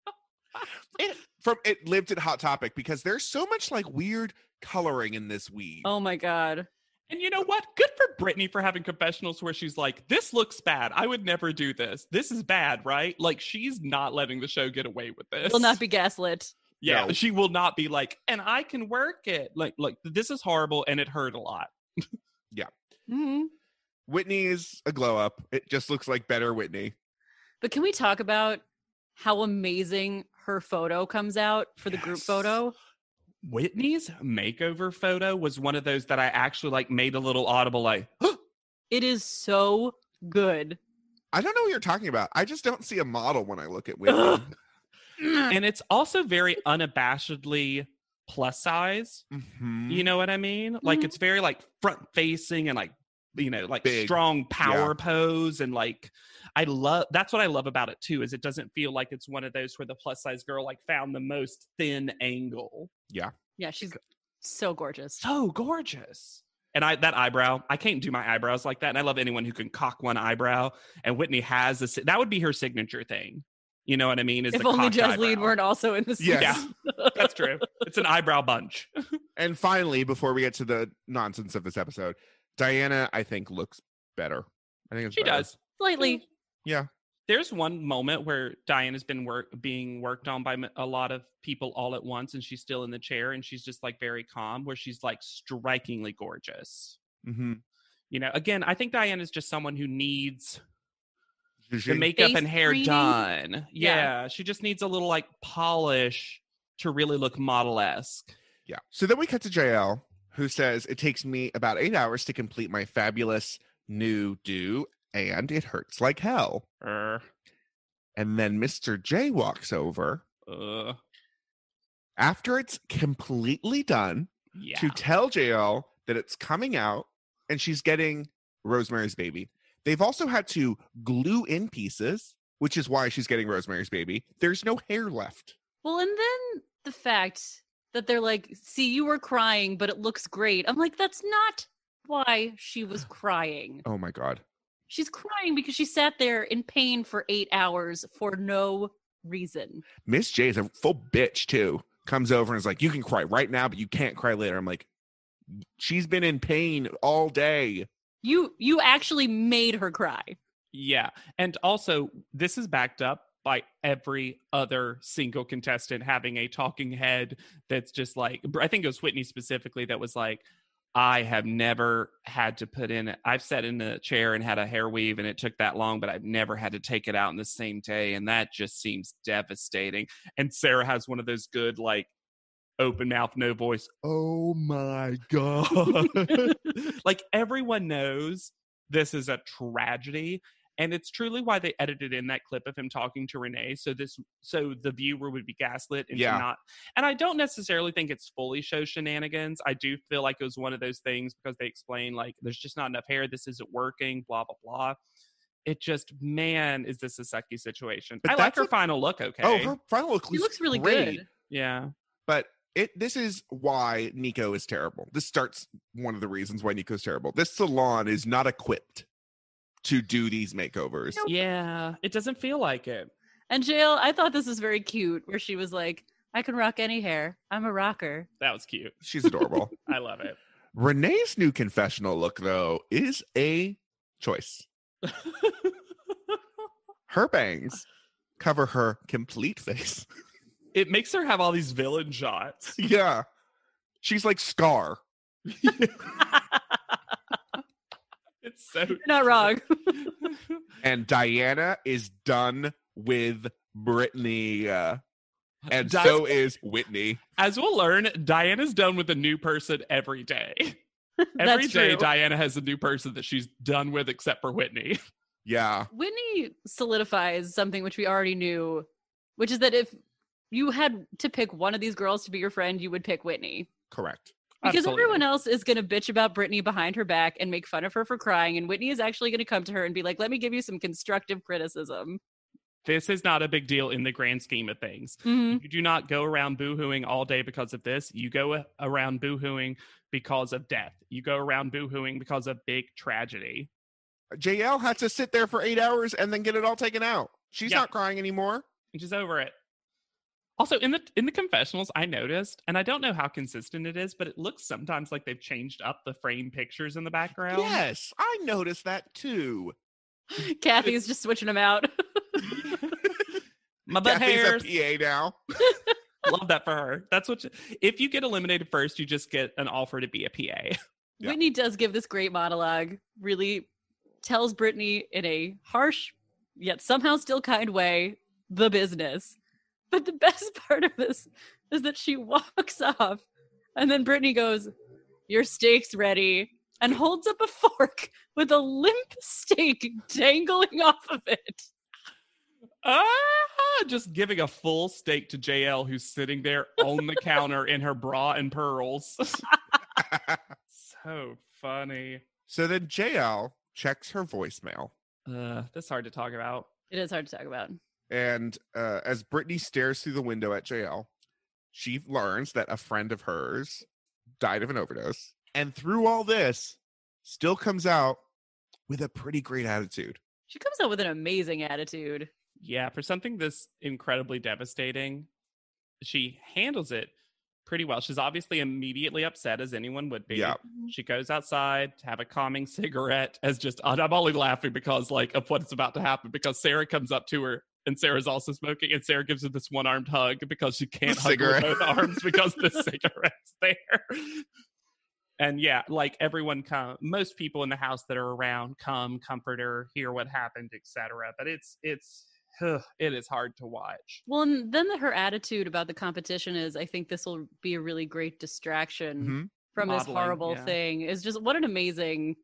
S3: *laughs*
S1: it, from it lived in Hot Topic because there's so much like weird coloring in this weave.
S2: Oh my god.
S3: And you know what? Good for Brittany for having confessionals where she's like, this looks bad. I would never do this. This is bad, right? Like, she's not letting the show get away with this.
S2: Will not be gaslit.
S3: Yeah,
S1: No.
S3: she will not be like, and I can work it. Like, like this is horrible and it hurt a lot.
S2: Mhm.
S1: Whitney is a glow up. It just looks like better Whitney.
S2: But can we talk about how amazing her photo comes out for the group
S1: Yes.
S2: photo?
S3: Whitney's makeover photo was one of those that I actually like made a little audible like, *gasps*
S2: It is so good.
S1: I don't know what you're talking about. I just don't see a model when I look at Whitney.
S2: Ugh.
S3: and it's also very unabashedly plus size.
S1: Mhm.
S3: You know what I mean? Like
S2: Mhm.
S3: it's very like front facing and like you know like
S1: Big.
S3: strong power pose and like I love that's what I love about it too is it doesn't feel like it's one of those where the plus size girl like found the most thin angle.
S2: Yeah, she's so gorgeous.
S3: so gorgeous. And I that eyebrow, I can't do my eyebrows like that. And I love anyone who can cock one eyebrow. And Whitney has this. That would be her signature thing. You know what I mean? Is
S2: If
S3: the
S2: only
S3: cocked
S2: Jasleen
S3: eyebrow.
S2: weren't also in this.
S1: Yes.
S2: season.
S3: That's true. It's an eyebrow bunch.
S1: And finally, before we get to the nonsense of this episode, Diana, I think, looks better. I think it's
S3: She
S1: better.
S3: does.
S2: *laughs* Slightly.
S1: Yeah.
S3: There's one moment where Diane has been work being worked on by m- a lot of people all at once, and she's still in the chair, and she's just like very calm, where she's like strikingly gorgeous.
S1: Mm-hmm.
S3: You know, again, I think Diane is just someone who needs the
S1: She,
S3: makeup
S2: Face
S3: and hair
S2: screening?
S3: done.
S2: Yeah.
S3: Yeah. she just needs a little like polish to really look model esque.
S1: yeah. So then we cut to JL, who says, It takes me about eight hours to complete my fabulous new do, and it hurts like hell.
S3: Er,
S1: And then Mr. J walks over
S3: uh,
S1: after it's completely done
S3: yeah.
S1: to tell JL that it's coming out and she's getting Rosemary's Baby. They've also had to glue in pieces, which is why she's getting Rosemary's Baby. There's no hair left.
S2: Well, and then the fact that they're like, see, you were crying, but it looks great. I'm like, that's not why she
S3: *sighs*
S2: was crying.
S1: Oh my God.
S2: She's crying because she sat there in pain for eight hours for no reason.
S1: Miss J is a full bitch too. Comes over and is like, You can cry right now, but you can't cry later. I'm like, She's been in pain all day.
S2: You you actually made her cry.
S3: Yeah. And also, this is backed up by every other single contestant having a talking head that's just like, I think it was Whitney specifically that was like, I have never had to put in, I've sat in a chair and had a hair weave and it took that long, but I've never had to take it out in the same day. And that just seems devastating. And Sarah has one of those good, like, open mouth, no voice. Oh my God. *laughs* like, everyone knows this is a tragedy and it's truly why they edited in that clip of him talking to renee so this so the viewer would be gaslit and
S1: Yeah.
S3: not and i don't necessarily think it's fully show shenanigans i do feel like it was one of those things because they explain like there's just not enough hair this isn't working blah blah blah it just man is this a sucky situation
S1: But
S3: i like
S1: that's
S3: her
S1: a-
S3: final look okay
S1: Oh, her final look
S2: She looks really
S1: great.
S2: good.
S3: yeah
S1: but it this is why Nico is terrible. This starts one of the reasons why Nico's terrible. This salon is not equipped to do these makeovers.
S3: yeah it doesn't feel like it
S2: And Jail, I thought this was very cute where she was like, I can rock any hair. I'm a rocker.
S3: that was cute
S1: She's adorable.
S3: i love it
S1: Renee's new confessional look though is a choice. Her bangs cover her complete face. *laughs*
S3: it makes her have all these villain shots *laughs*
S1: yeah. She's like Scar.
S3: it's so
S2: You're not wrong. *laughs*
S3: *laughs*
S1: And Diana is done with Brittany. Uh, and
S3: Di-
S1: so is Whitney.
S3: As we'll learn, Diana's done with a new person every *laughs* day. Every
S2: That's
S3: day,
S2: true.
S3: Diana has a new person that she's done with, except for Whitney.
S1: Yeah,
S2: Whitney solidifies something which we already knew, which is that if you had to pick one of these girls to be your friend, you would pick Whitney.
S1: correct.
S2: Because
S3: Absolutely.
S2: everyone else is going to bitch about Brittany behind her back and make fun of her for crying. And Whitney is actually going to come to her and be like, let me give you some constructive criticism.
S3: this is not a big deal in the grand scheme of things.
S2: *laughs* Mhm.
S3: You do not go around boohooing all day because of this. You go around boohooing because of death. You go around boohooing because of big tragedy.
S1: JL had to sit there for eight hours and then get it all taken out. She's
S3: Yeah.
S1: not crying anymore.
S3: I'm just over it. Also, in the in the confessionals, I noticed, and I don't know how consistent it is, but it looks sometimes like they've changed up the frame pictures in the background.
S1: Yes, I noticed that too.
S2: Kathy's just switching them out. *laughs*
S3: My butt
S1: Kathy's
S3: hairs.
S1: a PA now.
S3: Love that for her. That's what. You, if you get eliminated first, you just get an offer to be a PA.
S1: Yeah.
S2: Whitney does give this great monologue, really tells Brittany in a harsh yet somehow still kind way the business. But the *laughs* best part of this is that she walks off and then Brittany goes, Your steak's ready, and holds up a *laughs* fork with a limp steak dangling off of it.
S3: Ah, just giving a full steak to JL, who's sitting there on the counter in her bra and pearls. so funny.
S1: So then JL checks her voicemail.
S3: Uh, that's hard to talk about.
S2: It is hard to talk about.
S1: And uh, as Brittany stares through the window at JL, she learns that a friend of hers died of an overdose. And through all this, still comes out with a pretty great attitude.
S2: She comes out with an amazing attitude.
S3: Yeah, for something this incredibly devastating, she handles it pretty well. She's obviously immediately upset, as anyone would be.
S1: Yeah.
S3: She goes outside to have a calming *laughs* cigarette, as just, and I'm only laughing because, like, of what's about to happen, because Sarah comes up to her. And Sarah's also smoking, and Sarah gives her this one armed hug because she can't hug her with
S1: cigarette.
S3: both arms
S1: *laughs*
S3: because the cigarette's there. And yeah, like everyone come most people in the house that are around come comfort her, hear what happened, etc. But it's it's *sighs* ugh, it is hard to watch.
S2: Well, and then the, her attitude about the competition is I think this will be a really great distraction
S1: Mhm.
S2: from
S3: Modeling,
S2: this horrible
S3: yeah.
S2: thing. Is just what an amazing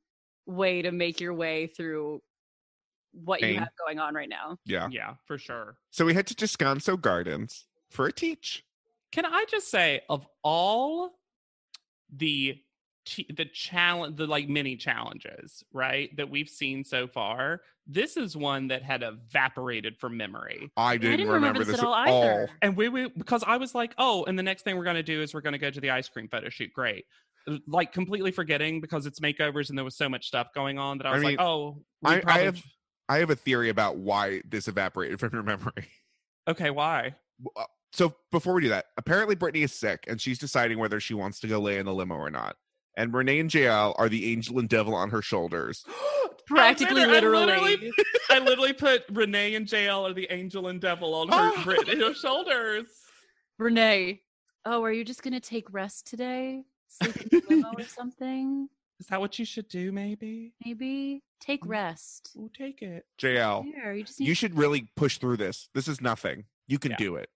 S2: way to make your way through what
S1: Pain.
S2: you have going on right now.
S1: Yeah.
S3: Yeah, for sure.
S1: So we head to Descanso Gardens for a teach.
S3: Can I just say of all the t- the challenge the like mini challenges, right, that we've seen so far, this is one that had evaporated from memory.
S1: I didn't, remember, this at all.
S3: And we, we because I was like, oh, and the next thing we're gonna do is we're gonna go to the ice cream photo shoot. Great. Uh, Like completely forgetting because it's makeovers and there was so much stuff going on that I
S1: I
S3: was
S1: mean,
S3: like, oh, we
S1: I- I
S3: probably-
S1: have- I have a theory about why this evaporated *laughs* from your memory.
S3: okay, why?
S1: Uh, So before we do that, apparently Brittany is sick and she's deciding whether she wants to go lay in the limo or not. And Renee and JL are the angel and devil on her
S3: *gasps*
S1: shoulders.
S2: Practically,
S3: I literally- I
S2: literally.
S3: *laughs* literally- I literally put Renee and JL are the angel and devil on her, *gasps*
S1: Oh.
S3: Brit- her shoulders.
S2: Renee, oh, are you just going to take rest today? Sleep in the limo
S1: *laughs*
S2: or something?
S3: Is that what you should do, maybe?
S2: Maybe take rest.
S3: We'll take it.
S1: JL,
S2: Here, you just need
S1: Mm, you should really push through this. This is nothing. You can
S3: Yeah.
S1: do it.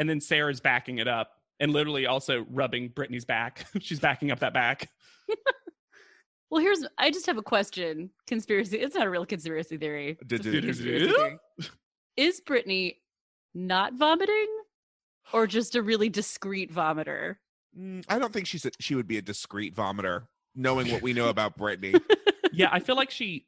S3: And then Sarah's backing it up and literally also rubbing Brittany's back. *laughs* She's backing up
S1: *laughs*
S3: that back.
S2: Well, here's I just have a question. Conspiracy. It's not a real conspiracy theory. It's a
S1: Du-du-du-du-du.
S2: conspiracy theory. Is Brittany not vomiting or just a really discreet vomiter?
S1: Mm, I don't think she's a, she would be a discreet vomiter, knowing what we
S3: *laughs*
S1: know about Brittany.
S3: *laughs* yeah, I feel like she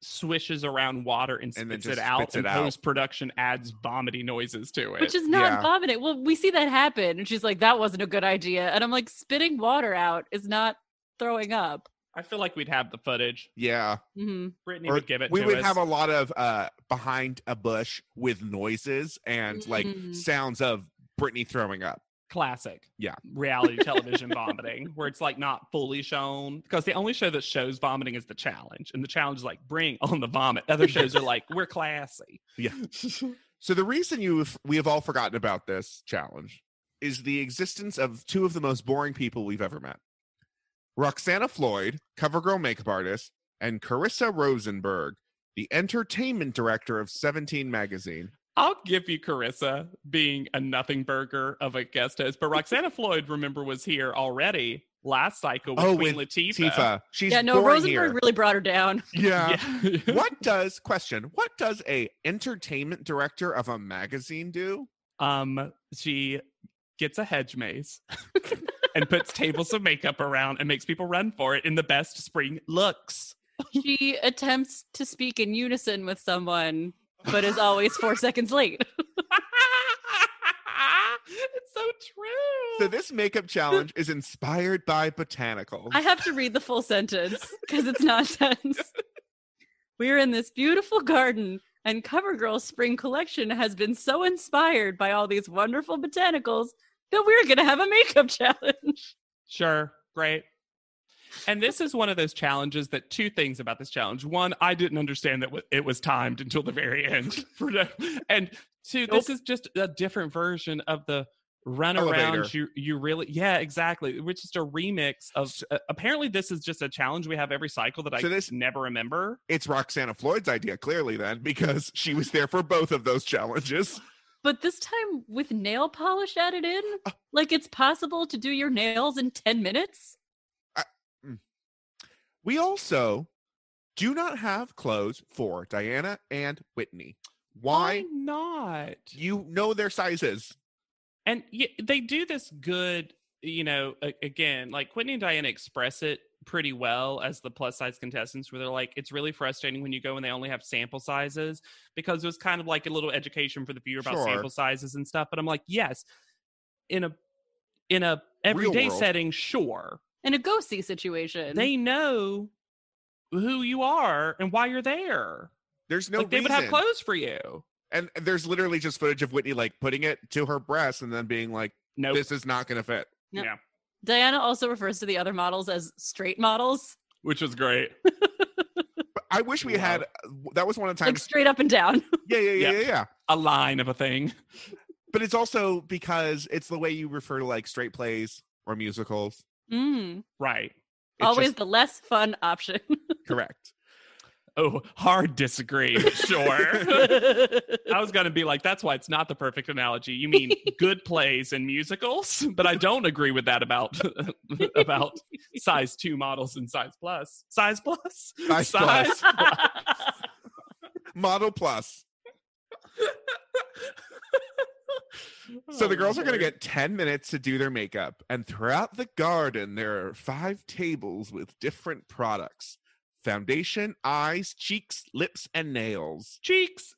S3: swishes around water and spits
S1: And then
S3: it
S1: just
S3: out
S1: spits it
S3: and
S1: out.
S3: post production adds vomity noises to it.
S2: Which is not
S1: yeah.
S2: vomiting. Well, we see that happen. And she's like, that wasn't a good idea. And I'm like, spitting water out is not throwing up.
S3: I feel like we'd have the footage.
S1: yeah.
S2: hmm
S3: Brittany
S1: Or
S3: would give it
S1: we
S3: to
S1: would
S3: us.
S1: have a lot of uh behind a bush with noises and like
S2: Mm.
S1: sounds of Brittany throwing up.
S3: classic
S1: Yeah. *laughs*
S3: reality television vomiting where it's like not fully shown because the only show that shows vomiting is the challenge and the challenge is like bring on the vomit
S1: *laughs*
S3: other shows are like we're classy
S1: Yeah. So the reason you've we have all forgotten about this challenge is the existence of two of the most boring people we've ever met. Roxana Floyd, CoverGirl makeup artist, and Carissa Rosenberg, the entertainment director of 17 magazine.
S3: *laughs* I'll give you Carissa being a nothing burger of a guest host, but Roxana Floyd, remember, was here already last cycle with
S1: Oh,
S3: Queen
S1: with
S3: Latifah.
S1: Tifa, she's
S2: yeah, no,
S1: born
S2: Rosenberg
S1: here.
S2: really brought
S1: *laughs*
S2: her down.
S1: yeah.
S3: *laughs* Yeah.
S1: what does question? What does a entertainment director of a magazine do?
S3: Um, she gets a
S1: *laughs*
S3: hedge maze and puts tables of makeup around and makes people run for it in the best spring looks.
S2: She attempts to speak in unison with someone, but is
S1: *laughs*
S2: always four seconds late.
S3: *laughs* it's so true.
S1: So this makeup challenge is inspired by botanicals.
S2: I have to read the full sentence because it's nonsense. We're in this beautiful garden, and CoverGirl's spring collection has been so inspired by all these wonderful botanicals that we're going to have a makeup challenge.
S3: Sure. Great. And this is one of those challenges that two things about this challenge. One, I didn't understand that w- it was timed until the very
S1: *laughs*
S3: end. For no- and two, this is just a different version of the run
S1: Elevator.
S3: around you you really yeah exactly which is a remix of uh, apparently this is just a challenge we have every cycle that i
S1: So this-
S3: never remember
S1: it's Roxana Floyd's idea, clearly, then, because she was there for both of those challenges.
S2: But this time with nail polish added in,
S1: Uh
S2: like it's possible to do your nails in 10 minutes.
S1: We also do not have clothes for Diana and Whitney. Why?
S3: not
S1: You know their sizes.
S3: and y- they do this good you know a- again like Whitney and diana express it pretty well as the plus size contestants where they're like it's really frustrating when you go and they only have sample sizes because it was kind of like a little education for the viewer about
S1: Sure.
S3: sample sizes and stuff but i'm like yes in a in a everyday
S1: world.
S3: setting sure
S2: In a go see situation.
S3: they know who you are and why you're there
S1: There's no
S3: like they
S1: reason.
S3: would have clothes for you
S1: and and there's literally just footage of Whitney like putting it to her breast and then being like,
S3: no
S1: "This is not going to fit."
S2: No.
S3: yeah
S2: Diana also refers to the other models as straight models,
S3: which was great
S1: But I wish we
S3: Wow.
S1: had. uh, That was one of the
S2: like
S1: times.
S2: straight up and down. *laughs*
S1: yeah, yeah, yeah,
S3: Yeah.
S1: yeah, yeah.
S3: a line of a thing *laughs*
S1: But it's also because it's the way you refer to like straight plays or musicals.
S2: Mm,
S3: right
S1: It's
S2: always
S1: just
S2: the less fun
S1: *laughs*
S2: option. *laughs*
S1: correct.
S3: Oh, hard disagree.
S2: *laughs*
S3: Sure. I was going to be like, that's why it's not the perfect analogy. You mean good plays and musicals, *laughs* but I don't agree with that about *laughs* about size two models and size plus. Size plus?
S1: Size plus. Model plus. So
S3: Oh,
S1: the girls are going to get 10 minutes to do their makeup. And throughout the garden, there are five tables with different products foundation, eyes, cheeks, lips, and nails.
S3: cheeks.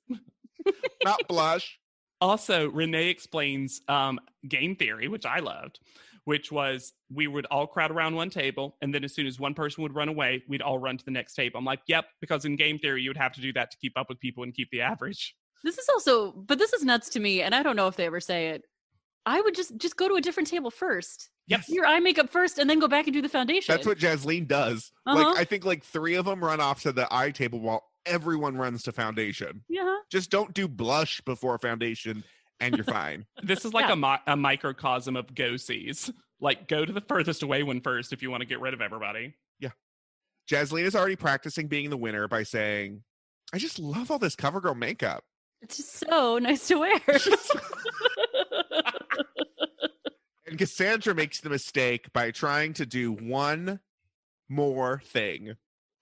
S1: Not blush.
S3: Also, Renee explains um, game theory, which I loved, which was we would all crowd around one table, and then as soon as one person would run away, we'd all run to the next table. I'm like, yep, because in game theory, you would have to do that to keep up with people and keep the average.
S2: This is also, but this is nuts to me, and I don't know if they ever say it. I would just just go to a different table first.
S3: Yes.
S2: Do Your eye makeup first, and then go back and do the foundation.
S1: That's what Jasleen does.
S2: Uh-huh.
S1: Like, I think like three of them run off to the eye table while everyone runs to foundation.
S2: Yeah.
S1: Just don't do blush before foundation and you're fine.
S3: This is like
S2: Yeah.
S3: a, mi- a microcosm of go sees. Like, go to the furthest away one first if you want to get rid of everybody. *laughs*
S1: Jasleen is already practicing being the winner by saying, I just love all this CoverGirl makeup.
S2: It's just so *laughs* nice to wear.
S1: And Cassandra makes the mistake by trying to do one more thing.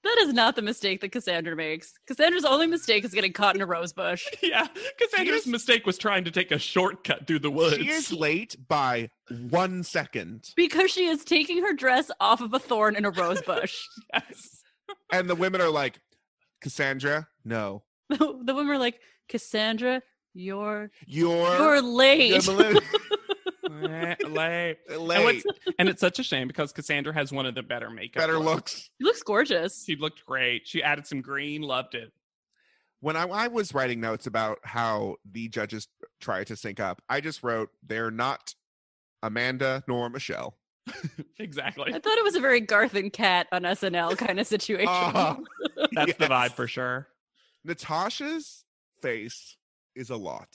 S2: that is not the mistake that Cassandra makes. Cassandra's only mistake is getting caught in a rose bush.
S3: Yeah, Cassandra's
S1: is-
S3: mistake was trying to take a shortcut through the woods.
S1: She is late by one second.
S2: Because she is taking her dress off of a thorn in a rose bush.
S3: *laughs*
S2: *laughs*
S3: Yes.
S1: And the women are like, Cassandra, no.
S2: the women are like, Cassandra, you're
S1: You're,
S2: you're late. *laughs*
S1: you're mali-
S3: Eh, lay. And,
S1: late.
S3: what's- and it's such a shame because Cassandra has one of the better makeup.
S1: Better
S3: looks.
S1: looks.
S2: You look gorgeous.
S3: She looked great. She added some green, loved it.
S1: When I, I was writing notes about how the judges try to sync up, I just wrote, they're not Amanda nor Michelle.
S3: Exactly.
S2: *laughs* I thought it was a very Garth and Cat on SNL kind of situation.
S1: Ah,
S3: That's the
S1: yes.
S3: vibe for sure.
S1: Natasha's face is a lot.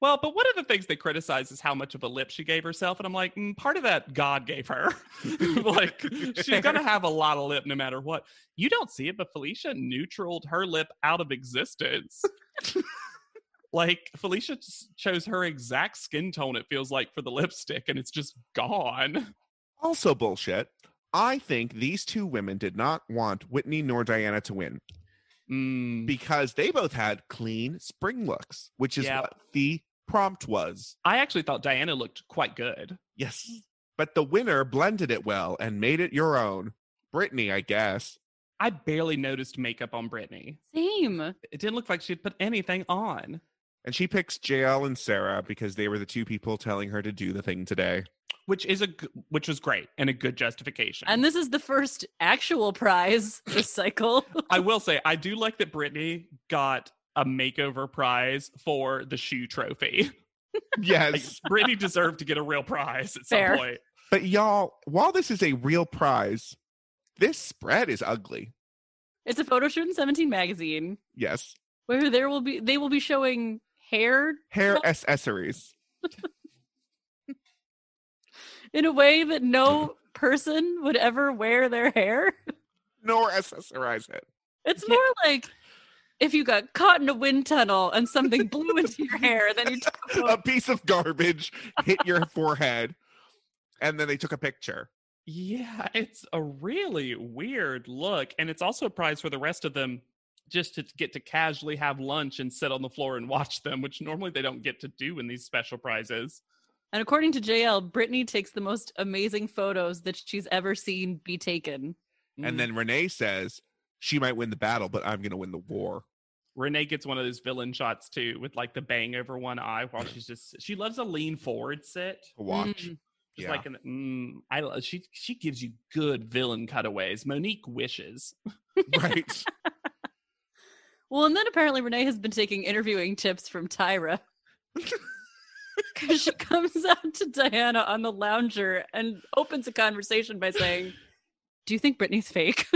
S3: Well, but one of the things they criticize is how much of a lip she gave herself. And I'm like, mm, part of that God gave her. *laughs* like, she's going to have a lot of lip no matter what. You don't see it, but Felicia neutraled her lip out of existence. *laughs* Like Felicia s- chose her exact skin tone, it feels like, for the lipstick, and it's just gone.
S1: Also bullshit. I think these two women did not want Whitney nor Diana to win
S3: Mm.
S1: because they both had clean spring looks, which is
S3: Yeah.
S1: what the prompt was.
S3: I actually thought Diana looked quite good.
S1: Yes. But the winner blended it well and made it your own. Brittany, I guess.
S3: I barely noticed makeup on Brittany.
S2: *laughs* Same.
S3: It didn't look like she'd put anything on.
S1: And she picks JL and Sarah because they were the two people telling her to do the thing today.
S3: which is a g- which was great and a good justification.
S2: And this is the first actual prize this cycle. *laughs*
S3: I will say I do like that Brittany got a makeover prize for the shoe trophy. *laughs* Like,
S1: Yes.
S3: Brittany deserved to get a real prize at some
S2: Fair.
S3: point.
S1: but y'all, while this is a real prize, this spread is ugly.
S2: it's a photo shoot in 17 magazine
S1: Yes.
S2: where there will be they will be showing hair
S3: *laughs*
S1: Hair accessories.
S2: in a way that no person would ever wear their hair. *laughs*
S1: Nor accessorize it.
S2: It's
S3: Yeah.
S2: more like if you got caught in a wind tunnel and something blew into your hair, then you took a
S3: Oh.
S2: photo.
S1: a piece of garbage hit
S3: *laughs*
S1: your forehead and then they took a picture
S3: Yeah, it's a really weird look, and it's also a prize for the rest of them just to get to casually have lunch and sit on the floor and watch them, which normally they don't get to do in these special prizes.
S2: And according to JL, Brittany takes the most amazing photos that she's ever seen be taken.
S3: Mm.
S1: and then renee says she might win the battle but i'm gonna win the war
S3: Renee gets one of those villain shots too, with like the bang over one eye while she's just she loves a lean forward sit.
S1: to watch
S2: Mm.
S3: Just
S1: yeah.
S3: like an mm, I lo- she she gives you good villain cutaways. Monique wishes.
S1: *laughs* right
S2: Well, and then apparently Renee has been taking interviewing tips from Tyra. Because she comes out to Diana on the lounger and opens a conversation by saying, Do you think Brittany's fake?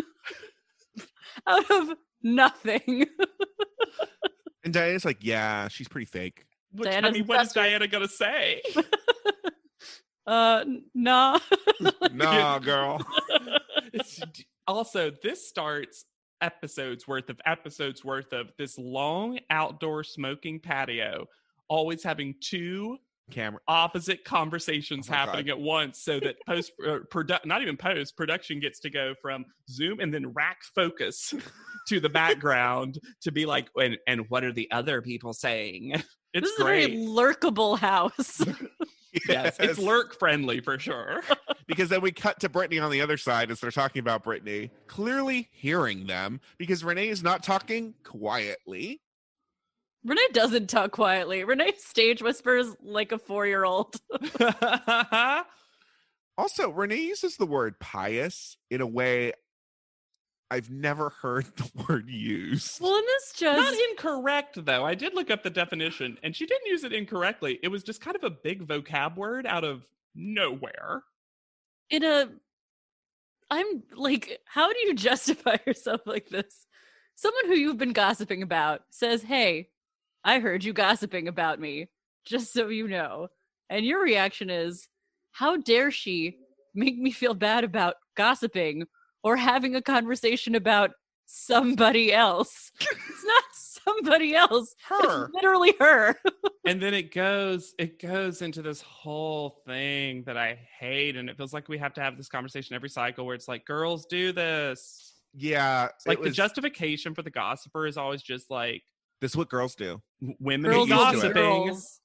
S2: *laughs* out of nothing.
S1: and diana's like yeah she's pretty
S3: *laughs*
S1: fake
S3: Which I
S2: Diana's
S3: mean, what is
S2: obsessed with-
S3: Diana gonna say?
S2: Uh, n- nah. *laughs*
S1: nah girl
S3: *laughs* It's d- also, this starts episodes worth of episodes worth of this long outdoor smoking patio, always having two
S1: camera *laughs*
S3: opposite conversations
S1: Oh my God.
S3: happening at once so that post uh, produ- not even post production gets to go from zoom and then rack focus to the background to be like and, and what are the other people saying it's
S2: this is a
S3: great
S2: very lurkable
S3: *laughs*
S2: house. *laughs*
S3: yes it's lurk friendly for sure *laughs*
S1: because then we cut to brittany on the other side as they're talking about brittany clearly hearing them because renee is not talking quietly
S2: Renee doesn't talk quietly. Renee stage whispers like a four year old.
S1: Also, Renee uses the word pious in a way I've never *laughs* heard the word used.
S2: Well, and this
S3: not
S2: just.
S3: incorrect though i did look up the definition and she didn't use it incorrectly it was just kind of a big vocab word out of nowhere
S2: in a i'm like how do you *laughs* justify yourself like this someone who you've been gossiping about says hey i heard you gossiping about me just so you know and your reaction is how dare she make me feel bad about gossiping or having a conversation about somebody else it's not *laughs* somebody else
S1: Her.
S2: it's literally her
S3: and then it goes it goes into this whole thing that i hate and it feels like we have to have this conversation every cycle where it's like girls do this
S1: Yeah.
S3: It's like
S1: it
S3: the
S1: was-
S3: justification for the gossiper is always just like
S1: this is what girls do.
S3: w- women
S2: girls
S3: are
S1: used
S2: on
S1: to it.
S3: gossiping
S2: girls.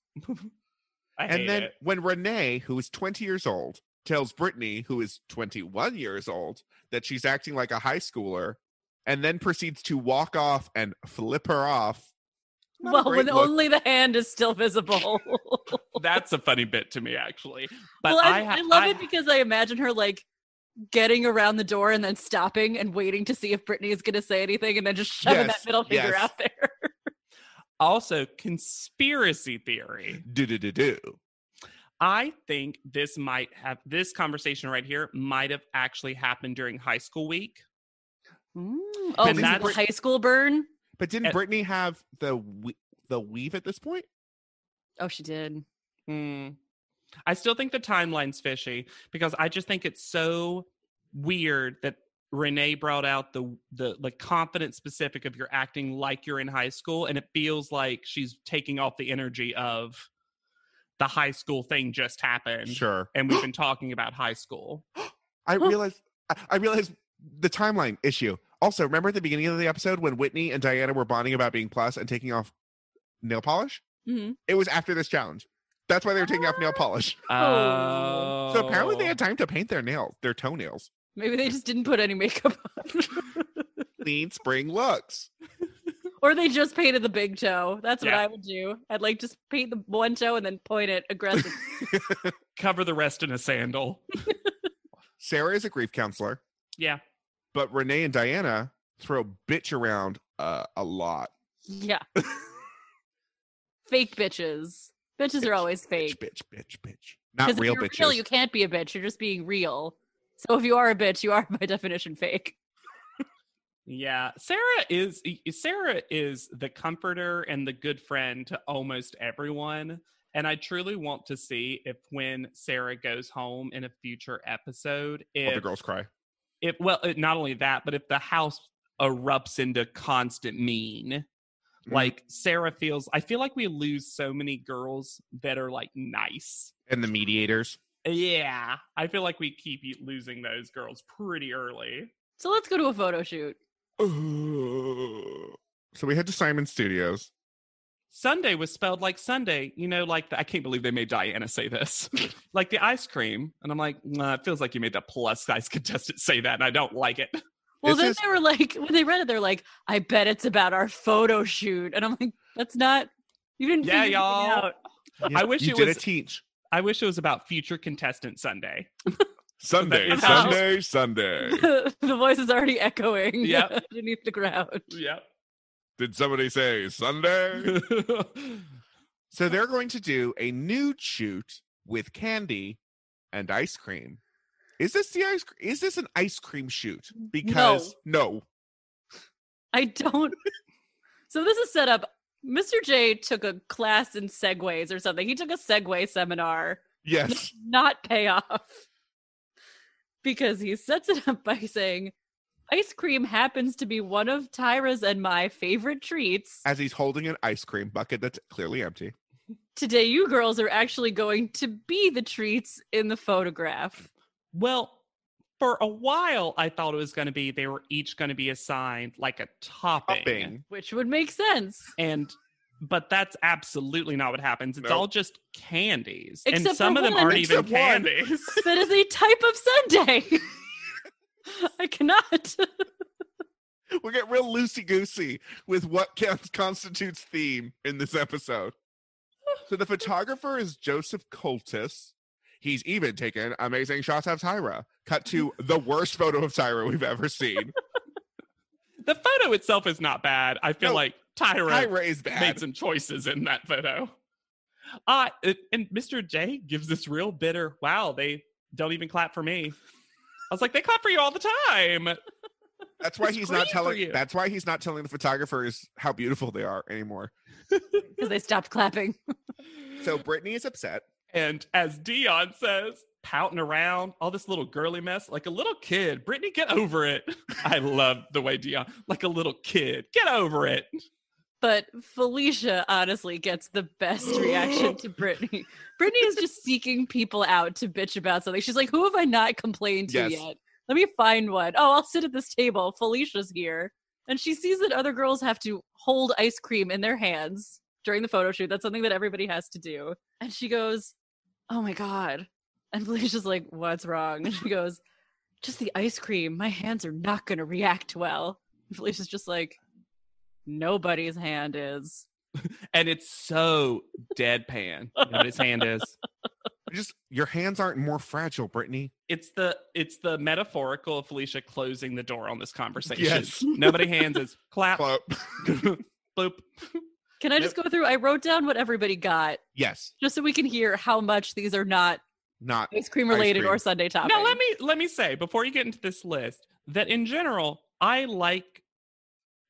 S3: I hate
S1: And then
S3: it.
S1: when Renee, who is 20 years old, tells Brittany, who is 21 years old, that she's acting like a high schooler, and then proceeds to walk off and flip her off. not a
S2: well
S1: great
S2: when
S1: look.
S2: only the hand is still visible *laughs*
S3: that's a funny bit to me actually but
S2: well, I,
S3: ha-
S2: I love it because I imagine her like getting around the door and then stopping and waiting to see if Brittany is going to say anything, and then just shoving
S1: Yes,
S2: that middle finger
S1: yes.
S2: out *laughs* there.
S3: also conspiracy theory
S1: do do do do.
S3: i think this might have this conversation right here might have actually happened during high school week
S2: Oh,
S3: And
S2: because of the
S3: that's-
S2: high school burn.
S1: But didn't
S3: Uh,
S1: Brittany have the we- the weave at this point?
S2: Oh, she did.
S3: Mm. I still think the timeline's fishy because I just think it's so weird that Renee brought out the the like confident specific of you're acting like you're in high school, and it feels like she's taking off the energy of the high school thing just happened,
S1: Sure.
S3: and
S1: *gasps*
S3: we've been talking about high school.
S1: I
S2: Huh.
S1: realize I, I realize the timeline issue. Also, remember at the beginning of the episode when Whitney and Diana were bonding about being plus and taking off nail polish?
S2: hmm
S1: It was after this challenge. That's why they were taking off nail polish.
S3: Oh,
S1: So apparently they had time to paint their nails, their toenails.
S2: Maybe they just didn't put any makeup on. *laughs*
S1: Clean spring looks.
S2: or they just painted the big toe. That's what
S3: Yeah.
S2: I would do. I'd like just paint the one toe and then point it
S1: *laughs*
S2: aggressively.
S3: cover the rest in a sandal.
S1: Sarah is a grief counselor,
S3: yeah,
S1: but Renee and Diana throw bitch around uh, a lot.
S2: yeah. fake bitches. Bitches are
S1: Bitch,
S2: always
S1: Bitch,
S2: fake.
S1: bitch, bitch, bitch.
S2: 'Cause
S1: Not real
S2: if you're
S1: bitches.
S2: real, you can't be a bitch. You're just being real. So if you are a bitch, you are by definition fake.
S3: yeah. Sarah is Sarah is the comforter and the good friend to almost everyone. And I truly want to see if when Sarah goes home in a future episode,
S1: All the
S3: if
S1: girls cry.
S3: if well, it- not only that, but if the house erupts into constant mean.
S1: Mhm.
S3: Like Sarah feels, I feel like we lose so many girls that are like nice.
S1: And the mediators. *sighs*
S3: Yeah, I feel like we keep y- losing those girls pretty early.
S2: So let's go to a photo shoot.
S1: so we head to Simon Studios.
S3: Sunday was spelled like Sunday, you know, like the, I can't believe they made Diana say this, *laughs* like the ice cream. And I'm like, nah, it feels like you made the plus size *laughs* contestant say that, and I don't like it.
S2: Well,
S1: This
S2: then
S1: is-
S2: they were like, when they read it, they're like, I bet it's about our photo shoot. And I'm like, that's not, you didn't
S3: Yeah,
S2: figure anything
S3: y'all.
S2: out. *laughs*
S3: I wish
S1: you
S3: it
S1: did
S3: was-
S1: a teach
S3: I wish it was about future contestant Sunday.
S1: Sunday,
S3: That is
S2: how-
S1: Sunday, *laughs* Sunday.
S2: the voice is already echoing
S3: Yep.
S2: *laughs* underneath the ground.
S3: Yep.
S1: Did somebody say Sunday? so they're going to do a nude shoot with candy and ice cream. Is this the ice? cr- Is this an ice cream shoot? Because no,
S2: I don't. *laughs* so this is set up. Mr. J took a class in segways or something. He took a segway seminar.
S1: yes,
S2: Not pay *laughs* off because he sets it up by saying, "Ice cream happens to be one of Tyra's and my favorite treats.
S1: as he's holding an ice cream bucket that's clearly empty.
S2: Today, you girls are actually going to be the treats in the photograph."
S3: *laughs* Well, for a while, I thought it was going to be they were each going to be assigned like a topping.
S1: Bing.
S2: Which would make sense.
S3: and but that's absolutely not what happens. It's
S1: No.
S3: all just candies, and
S2: Except
S3: some
S2: for
S3: of them
S2: one.
S3: aren't even
S1: Except one.
S3: candies.
S2: that is a type of Sunday. *laughs* I cannot. *laughs*
S1: *laughs* We get real loosey goosey with what counts constitutes theme in this episode. So the photographer is Joseph Coltis. He's even taken amazing shots of Tyra. Cut to the worst photo of Tyra we've ever seen.
S3: the photo itself is not bad. I feel
S1: No,
S3: like *laughs* Tyra,
S1: Tyra is
S3: made
S1: bad.
S3: some choices in that photo. Uh, it- and Mr. J gives this real bitter. Wow, they don't even clap for me. I was like, they clap for you all the time.
S1: That's why
S3: it's
S1: he's
S3: green
S1: not
S3: for
S1: telling.
S3: you.
S1: That's why he's not telling the photographers how beautiful they are anymore.
S2: Because they stopped clapping.
S1: So Brittany is upset.
S3: And as Dion says, pouting around, all this little girly mess, like a little kid. Brittany, get over it. *laughs* I love the way Dion, like a little kid, get over it.
S2: But Felicia honestly gets the best reaction to Brittany. Brittany is just seeking people out to bitch about something. She's like, Who have I not complained to
S1: Yes.
S2: yet? Let me find one. Oh, I'll sit at this table. Felicia's here. And she sees that other girls have to hold ice cream in their hands during the photo shoot. That's something that everybody has to do. And she goes, Oh my God. And Felicia's like, What's wrong? And she goes, Just the ice cream. My hands are not going to react well. And Felicia's just like, Nobody's hand is.
S3: And it's so deadpan. You know what his hand is.
S1: Just your hands aren't more fragile, Brittany.
S3: It's the it's the metaphorical of Felicia closing the door on this conversation.
S1: Yes.
S3: *laughs* Nobody
S1: *laughs*
S3: hands is clap.
S1: Clo-
S3: *laughs* Bloop.
S2: Can I just go through? I wrote down what everybody got
S1: yes,
S2: just so we can hear how much these are not
S1: not
S2: ice cream related
S1: cream.
S2: or Sunday topping.
S3: Now let me let me say before you get into this list that in general I like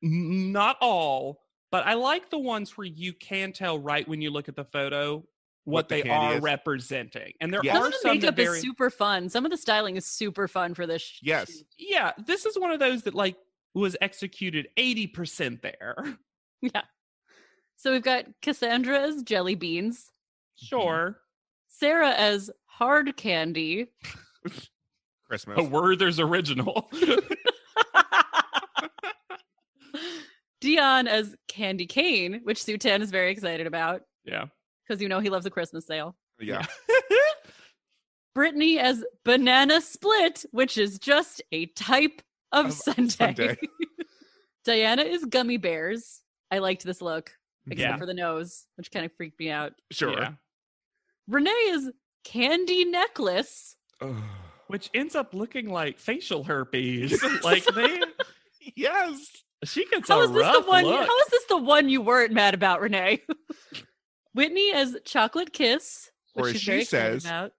S3: n- not all, but I like the ones where you can tell right when you look at the photo what,
S1: What the
S3: they
S1: candy
S3: are
S1: is.
S3: representing. And there
S1: Yes.
S2: Some
S3: are
S2: of the
S3: some that
S2: makeup
S3: vary.
S2: is super fun. Some of the styling is super fun for this. sh-
S1: Yes.
S2: shoot.
S3: yeah, this is one of those that like was executed 80%
S1: Mm-hmm.
S3: there. *laughs*
S2: Yeah. So we've got Cassandra as jelly beans,
S3: Sure.
S2: Sarah as hard candy,
S1: Christmas.
S3: A Werther's original. *laughs*
S2: Dion as candy cane, which Sutan is very excited about
S3: yeah.
S2: because you know he loves a Christmas sale.
S1: yeah.
S2: Brittany as banana split, which is just a type of,
S1: Of
S2: Sunday.
S1: sundae.
S2: *laughs* Diana is gummy bears. I liked this look, except
S3: Yeah.
S2: for the nose, which kind of freaked me out.
S1: Sure.
S3: Yeah.
S2: Renee is candy necklace.
S3: Which ends up looking like facial herpes. like they
S1: *sighs* yes.
S3: she gets
S2: How
S3: a
S2: is this
S3: rough
S2: the one?
S3: look.
S2: How is this the one you weren't mad about, Renee? *laughs* Whitney as chocolate kiss, which
S1: Or as
S2: she's
S1: she
S2: very excited
S1: says,
S2: about.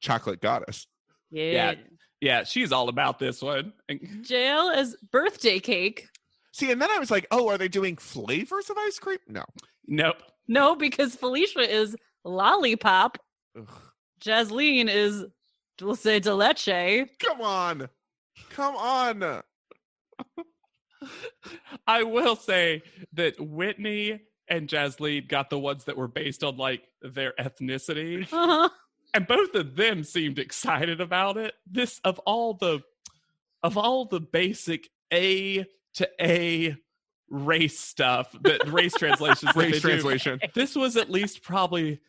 S1: Chocolate goddess.
S2: Yeah.
S3: yeah, she's all about this one. And-
S2: Jail as birthday cake.
S1: See, and then I was like, oh, are they doing flavors of ice cream? No.
S3: Nope.
S2: No, because Felicia is lollipop.
S1: Ugh.
S2: Jasleen is dulce de leche.
S1: Come on. Come on.
S3: I will say that Whitney and Jasleen got the ones that were based on like their ethnicity,
S2: Uh-huh.
S3: and both of them seemed excited about it. This of all the of all the basic A to A race stuff that race translations that
S1: Race
S3: they do,
S1: translation.
S3: this was at least probably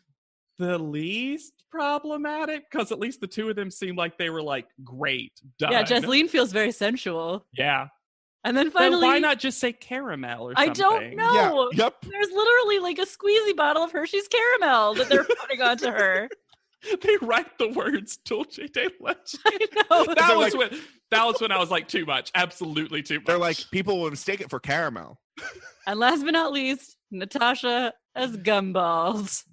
S3: the least problematic because at least the two of them seemed like they were like great done.
S2: Yeah, Jasleen feels very sensual.
S3: Yeah.
S2: And then
S3: But
S2: finally,
S3: why not just say caramel or
S2: I
S3: something?
S2: don't know.
S1: Yeah.
S2: No.
S1: Yep.
S2: there's literally like a squeezy bottle of Hershey's caramel that they're putting onto
S3: *laughs*
S2: her.
S3: *laughs*
S2: *laughs*
S3: they write the words dulce de leche.
S2: Oh, No,
S3: *laughs* That
S1: They're
S3: was
S1: like-
S3: when that was when I was like too much, absolutely too much.
S1: They're like, people will mistake it for caramel.
S2: And last but not least, Natasha as gumballs.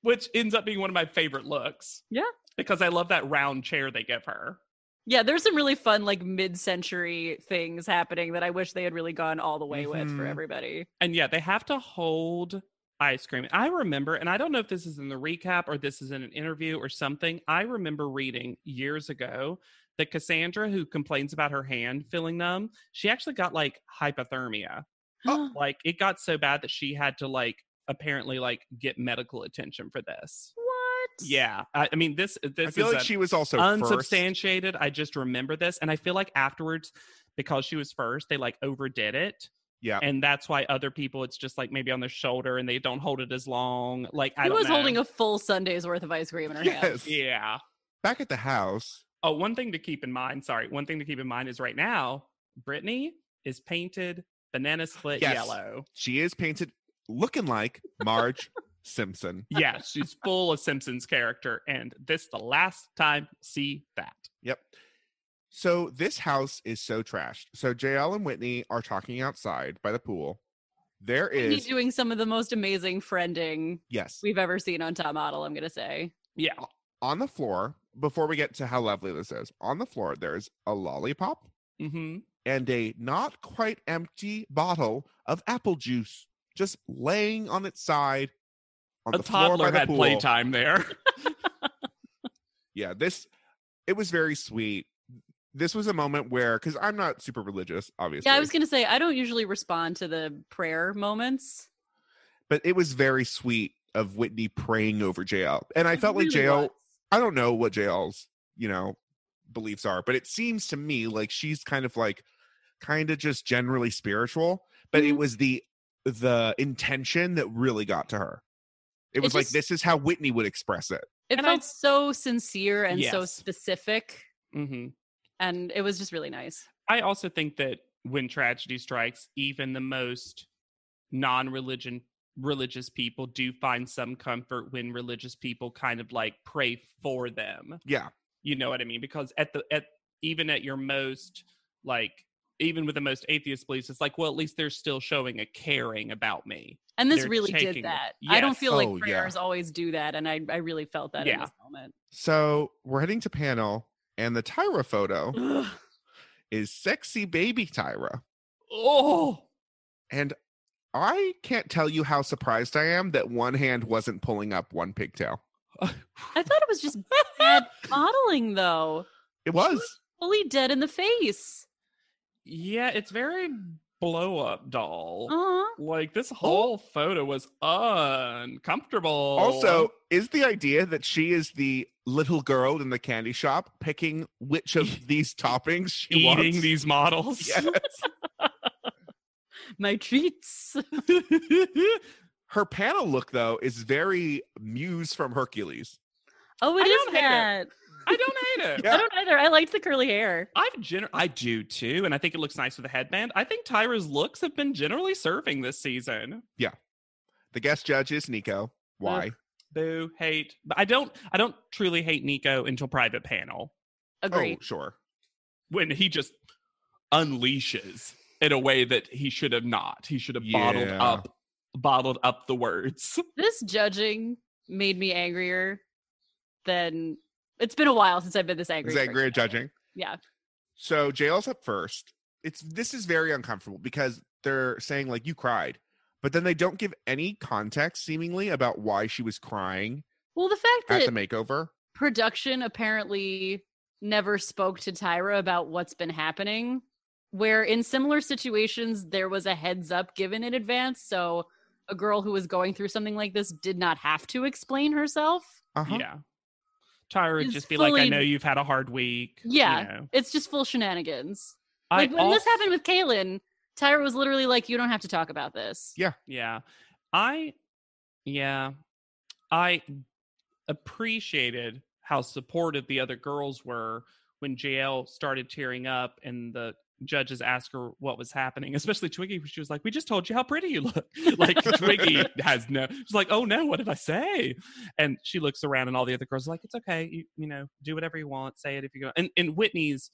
S3: which ends up being one of my favorite looks.
S2: Yeah.
S3: because I love that round chair they give her.
S2: Yeah, there's some really fun like mid-century things happening that I wish they had really gone all the way with
S3: Mm-hmm.
S2: for
S1: Mhm.
S2: everybody.
S3: And yeah, they have to hold ice cream. I remember, and I don't know if this is in the recap or this is in an interview or something. I remember reading years ago that Cassandra, who complains about her hand feeling numb, she actually got like hypothermia. Like it got so bad that she had to like apparently like get medical attention for this.
S2: *gasps* what?
S3: Yeah, I, I mean this. This
S1: I feel
S3: is
S1: like
S3: an
S1: she was also first.
S3: unsubstantiated. I just remember this, and I feel like afterwards, because she was first, they like overdid it,
S1: Yeah.
S3: and that's why other people it's just like maybe on their shoulder and they don't hold it as long. Like I
S2: She
S3: don't
S2: was
S3: know.
S2: holding a full Sunday's worth of ice cream
S3: *laughs*
S2: in her hand.
S1: Yes.
S3: yeah.
S1: Back at the house.
S3: Oh, one thing to keep in mind. Sorry, one thing to keep in mind is right now Brittany is painted banana split
S1: Yes. *laughs*
S3: yellow.
S1: She is painted looking like Marge Simpson.
S3: Yeah, she's full of Simpsons character, and this the last time see that.
S1: Yep. So this house is so trashed. So JL and Whitney are talking outside by the pool. There
S2: Whitney
S1: is
S2: doing some of the most amazing friending
S1: yes
S2: we've ever seen on Top Model, I'm gonna say.
S3: Yeah,
S1: on the floor. Before we get to how lovely this is, on the floor there's a lollipop
S3: mm-hmm.
S1: and a not quite empty bottle of apple juice just laying on its side on
S3: a
S1: the floor by
S3: toddler
S1: the
S3: had
S1: pool.
S3: playtime there. *laughs*
S1: yeah this it was very sweet this was a moment where because i'm not super religious obviously
S2: Yeah, I was gonna say I don't usually respond to the prayer moments.
S1: but it was very sweet of whitney praying over jl and i
S2: It
S1: felt like
S2: really
S1: jl
S2: was.
S1: i don't know what jl's you know beliefs are but it seems to me like she's kind of like kind of just generally spiritual but it
S2: Mhm.
S1: was the the intention that really got to her it
S2: It
S1: was like
S2: just-
S1: this is how whitney would express it
S2: It
S3: And I-
S2: felt so sincere and so
S3: Yes.
S2: specific,
S3: mm-hmm.
S2: and it was just really nice.
S3: I also think that when tragedy strikes, even the most non-religion religious people do find some comfort when religious people kind of like pray for them.
S1: yeah
S3: You know what I mean? Because at the at even at your most like even with the most atheist beliefs, it's like, well, at least they're still showing a caring about me.
S2: And this
S3: They're
S2: really
S3: taking it.
S2: did that. I don't
S3: Yes.
S2: feel
S1: Oh, yeah.
S2: like prayers always do that, and I, I really felt that in
S3: Yeah.
S2: this moment.
S1: so we're heading to panel and the tyra photo
S2: Ugh.
S1: is sexy baby tyra
S3: Oh,
S1: and I can't tell you how surprised I am that one hand wasn't pulling up one pigtail.
S2: *gasps* I thought it was just
S1: *laughs*
S2: bad modeling, though.
S1: It was.
S2: Fully dead in the face.
S3: Yeah, it's very blow up
S1: Oh.
S3: doll.
S2: Uh-huh.
S3: Like this whole photo was uncomfortable.
S1: Also, is the idea that she is the little girl in the candy shop picking which of these toppings
S3: *laughs*
S1: she
S3: eating
S1: wants?
S3: these models.
S1: Yes. *laughs*
S2: My treats. *laughs* Oh,
S1: Her panel look though is very Muse from Hercules.
S2: Oh, it
S3: I
S2: is
S3: don't hate
S2: that.
S3: it. *laughs* I don't hate it.
S1: Yeah.
S2: I don't either. I liked the curly hair.
S3: I've gener- I do too, and I think it looks nice with a headband. I think Tyra's looks have been generally serving this season.
S1: The guest judge is Nico. Why?
S3: Boo, hate, but I don't. I don't truly hate Nico until private panel
S1: oh,
S2: Agreed.
S1: sure.
S3: when he just unleashes in a way that he should have not. He should have bottled
S1: Yeah.
S3: up, bottled up the words.
S2: This judging made me angrier than it's been a while since I've been this angry.
S1: Is that
S2: for-
S1: great judging?
S2: Yeah.
S1: So JL's up first. It's this is very uncomfortable because they're saying like you cried, but then they don't give any context seemingly about why she was crying
S2: Well, the fact
S1: at
S2: that
S1: the makeover.
S2: production apparently never spoke to Tyra about what's been happening. Where in similar situations, there was a heads up given in advance. So a girl who was going through something like this did not have to explain herself.
S1: Uh-huh.
S3: Yeah, Tyra would
S2: Is
S3: just be like, "I
S2: fully-
S3: know you've had a hard week." you
S2: Yeah.
S3: know.
S2: It's just full shenanigans.
S3: I
S2: Like when this
S3: also-
S2: happened with Kaylin, Tyra was literally like, You don't have to talk about this.
S1: Yeah.
S3: Yeah. I yeah. I appreciated how supportive the other girls were when JL started tearing up and the judges asked her what was happening, especially Twiggy, she was like, We just told you how pretty you look. *laughs* like Twiggy has no she's like, Oh no, what did I say? And she looks around and all the other girls are like, It's okay, you you know, do whatever you want, say it if you go and in Whitney's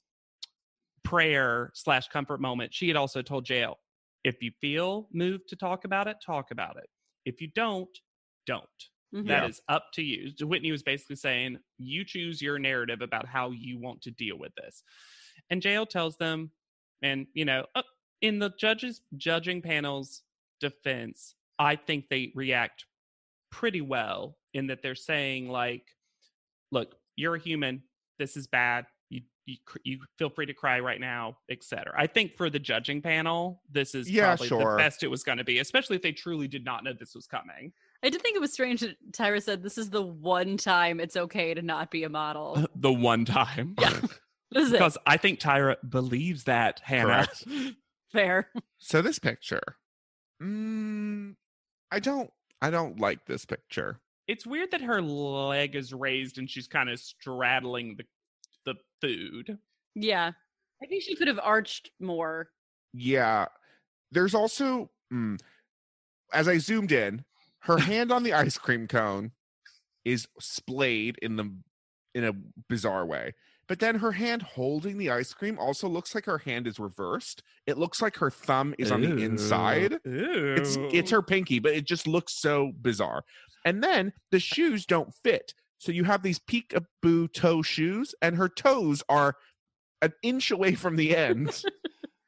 S3: prayer slash comfort moment, she had also told JL, if you feel moved to talk about it, talk about it. If you don't, don't.
S2: Mhm.
S1: Yeah.
S3: That is up to you. Whitney was basically saying, you choose your narrative about how you want to deal with this. And JL tells them, and you know, uh, in the judges judging panel's defense, I think they react pretty well in that they're saying like, look, you're a human. This is bad. You you, cr- you feel free to cry right now, etc. I think for the judging panel, this is
S1: Yeah,
S3: probably
S1: sure.
S3: the best it was going to be, especially if they truly did not know this was coming.
S2: I did think it was strange that Tyra said this is the one time it's okay to not be a model.
S3: *laughs* The one time.
S2: *laughs* This *laughs* is it.
S3: Uh, because I think Tyra believes that, Hannah.
S1: Correct.
S2: Fair. *laughs*
S1: So this picture. Mm, I don't I don't like this picture.
S3: *laughs* It's weird that her leg is raised and she's kind of straddling the the food.
S2: Yeah. I think she could have arched more.
S1: Yeah. There's also mm, as I zoomed in, her hand on the ice cream cone is splayed in the in a bizarre way. But then her hand holding the ice cream also looks like her hand is reversed. It looks like her thumb is on the inside.
S3: Ooh.
S1: It's it's her pinky, but it just looks so bizarre. And then the shoes don't fit. So you have these peekaboo toe shoes, and her toes are an inch away from the
S3: *laughs*
S1: end.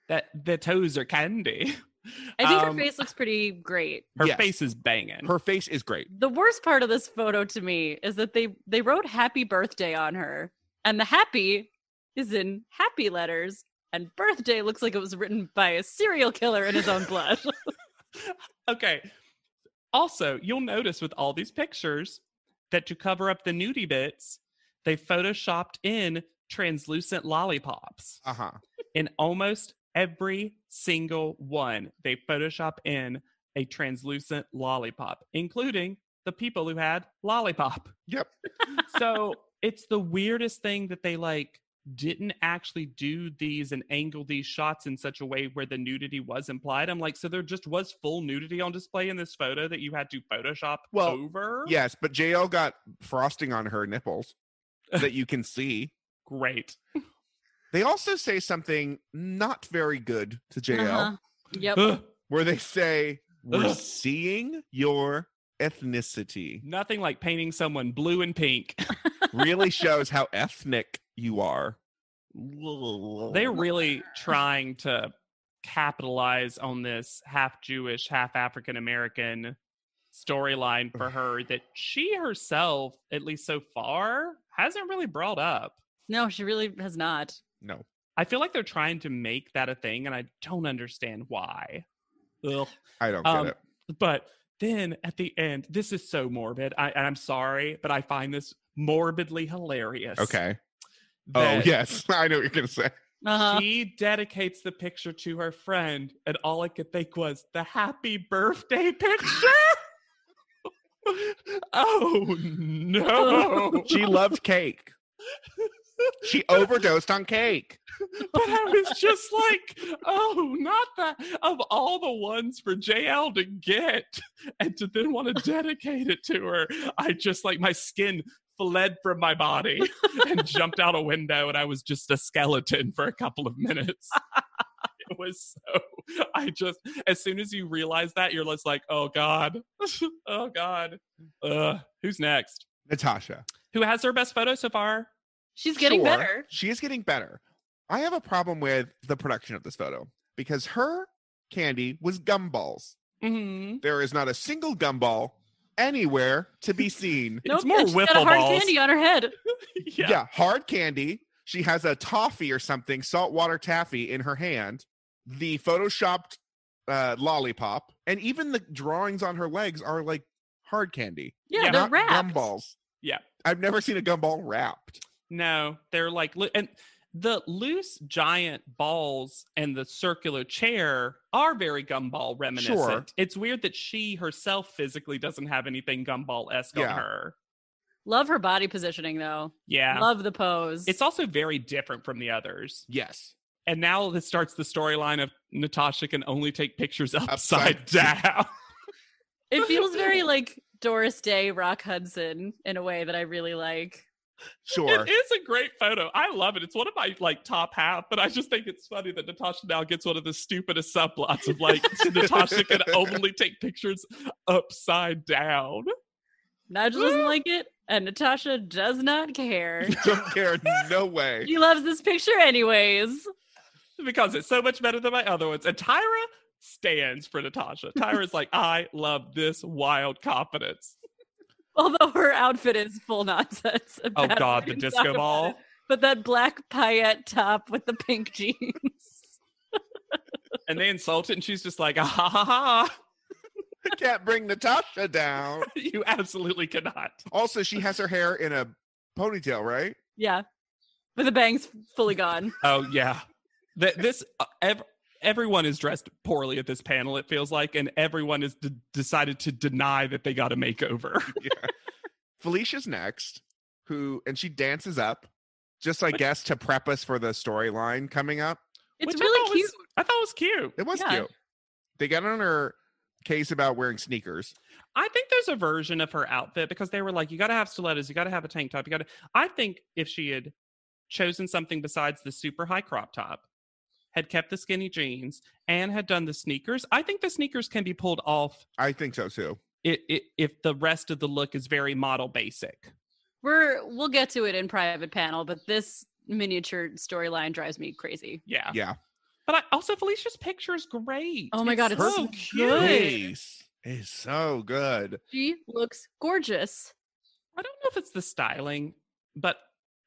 S3: that the toes are candy.
S2: *laughs* I think
S3: Um,
S2: her face looks pretty great.
S3: her
S1: Yes.
S3: face is banging.
S1: her face is great.
S2: The worst part of this photo to me is that they they wrote happy birthday on her and the happy is in happy letters and birthday looks like it was written by a serial killer in his own
S3: *laughs*
S2: blood.
S3: okay. Also, you'll notice with all these pictures that to cover up the nudie bits, they photoshopped in translucent lollipops.
S1: Uh huh.
S3: in almost every single one they photoshop in a translucent lollipop including the people who had lollipop
S1: Yep.
S3: *laughs* so it's the weirdest thing that they like didn't actually do these and angle these shots in such a way where the nudity was implied i'm like so there just was full nudity on display in this photo that you had to photoshop
S1: Well,
S3: over
S1: Yes, but JL got frosting on her nipples that you can see.
S3: great
S1: They also say something not very good to JL,
S2: Uh-huh. Yep.
S3: Ugh,
S1: where they say, We're
S3: Ugh.
S1: seeing your ethnicity.
S3: nothing like painting someone blue and pink
S1: really shows how ethnic you are.
S3: They're really trying to capitalize on this half Jewish, half African American storyline for her that she herself, at least so far, hasn't really brought up.
S2: No, she really has not.
S1: No.
S3: I feel like they're trying to make that a thing, and I don't understand why. Ugh.
S1: I don't
S3: Um,
S1: get it.
S3: But then at the end, this is so morbid. I, and I'm sorry, but I find this morbidly hilarious.
S1: Okay.
S3: that
S1: oh yes. *laughs* I know what you're gonna say.
S2: Uh-huh.
S3: She dedicates the picture to her friend, and all I could think was the happy birthday picture. *laughs* oh no!
S1: She loved cake. She overdosed on cake.
S3: but I was just like, oh, not that. Of all the ones for JL to get and to then want to dedicate it to her, I just like my skin fled from my body and jumped out a window, and I was just a skeleton for a couple of minutes. It was so. I just, as soon as you realize that, you're just like, oh God, oh God. Uh, who's next?
S1: Natasha.
S3: Who has her best photo so far?
S2: She's getting
S1: sure,
S2: better.
S1: She is getting better. I have a problem with the production of this photo because her candy was gumballs.
S3: Mm-hmm.
S1: There is not a single gumball anywhere to be seen.
S3: it's more
S2: and she's got a
S3: wiffle
S2: hard
S3: balls. *laughs*
S2: candy on her head.
S1: yeah. hard candy. She has a toffee or something, saltwater taffy in her hand, the photoshopped uh, lollipop, and even the drawings on her legs are like hard candy.
S2: Yeah,
S3: Yeah.
S2: they're
S1: not
S2: wrapped.
S1: gumballs.
S3: Yeah.
S1: I've never seen a gumball wrapped.
S3: No, they're like loo- and the loose giant balls and the circular chair are very gumball reminiscent.
S1: Sure.
S3: It's weird that she herself physically doesn't have anything gumball esque on
S1: Yeah.
S3: her.
S2: Love her body positioning though.
S3: Yeah.
S2: Love the pose.
S3: it's also very different from the others.
S1: Yes.
S3: And now this starts the storyline of Natasha can only take pictures upside,
S1: Upside
S3: down.
S2: it
S3: *laughs*
S2: feels very like Doris Day, Rock Hudson in a way that I really like.
S1: Sure.
S3: It is a great photo. I love it. It's one of my like top half, but I just think it's funny that Natasha now gets one of the stupidest subplots of like Natasha can only take pictures upside down.
S2: Nigel doesn't like it, and Natasha does not
S3: *laughs*
S2: care.
S1: *laughs* Don't care. No way.
S2: She loves this picture anyways.
S3: because it's so much better than my other ones. And Tyra stands for Natasha. Tyra's like, I love this wild confidence.
S2: Although her outfit is full nonsense.
S3: Oh
S2: about
S3: God,
S2: it
S3: the
S2: and talk
S3: disco
S2: about
S3: ball.
S2: it. But that black paillette top with the pink *laughs* jeans.
S3: And they insult it, and she's just like, ah, ha ha ha. *laughs*
S1: Can't bring Natasha down.
S3: You absolutely cannot.
S1: Also, she has her hair in a ponytail, right?
S2: yeah. With the bangs fully gone.
S3: Oh yeah, Th- this uh, ev- everyone is dressed poorly at this panel. It feels like, and everyone has d- decided to deny that they got a makeover.
S1: Felicia's next, who and she dances up, just I guess to prep us for the storyline coming up.
S2: It's
S3: Which I
S2: really
S3: thought was-
S2: cute.
S3: I thought it was cute.
S1: It was
S2: Yeah.
S1: cute. They got on her case about wearing sneakers.
S3: I think there's a version of her outfit because they were like, you got to have stilettos, you got to have a tank top, you got to. I think if she had chosen something besides the super high crop top, had kept the skinny jeans, and had done the sneakers, I think the sneakers can be pulled off
S1: I think so too.
S3: i i if the rest of the look is very model basic.
S2: We're we'll get to it in private panel, but this miniature storyline drives me crazy.
S3: Yeah.
S1: Yeah.
S3: But I, also, Felicia's picture is great.
S2: Oh my God, it's
S3: so
S2: so
S3: cute.
S2: good.
S1: Face is so good.
S2: She looks gorgeous.
S3: I don't know if it's the styling, but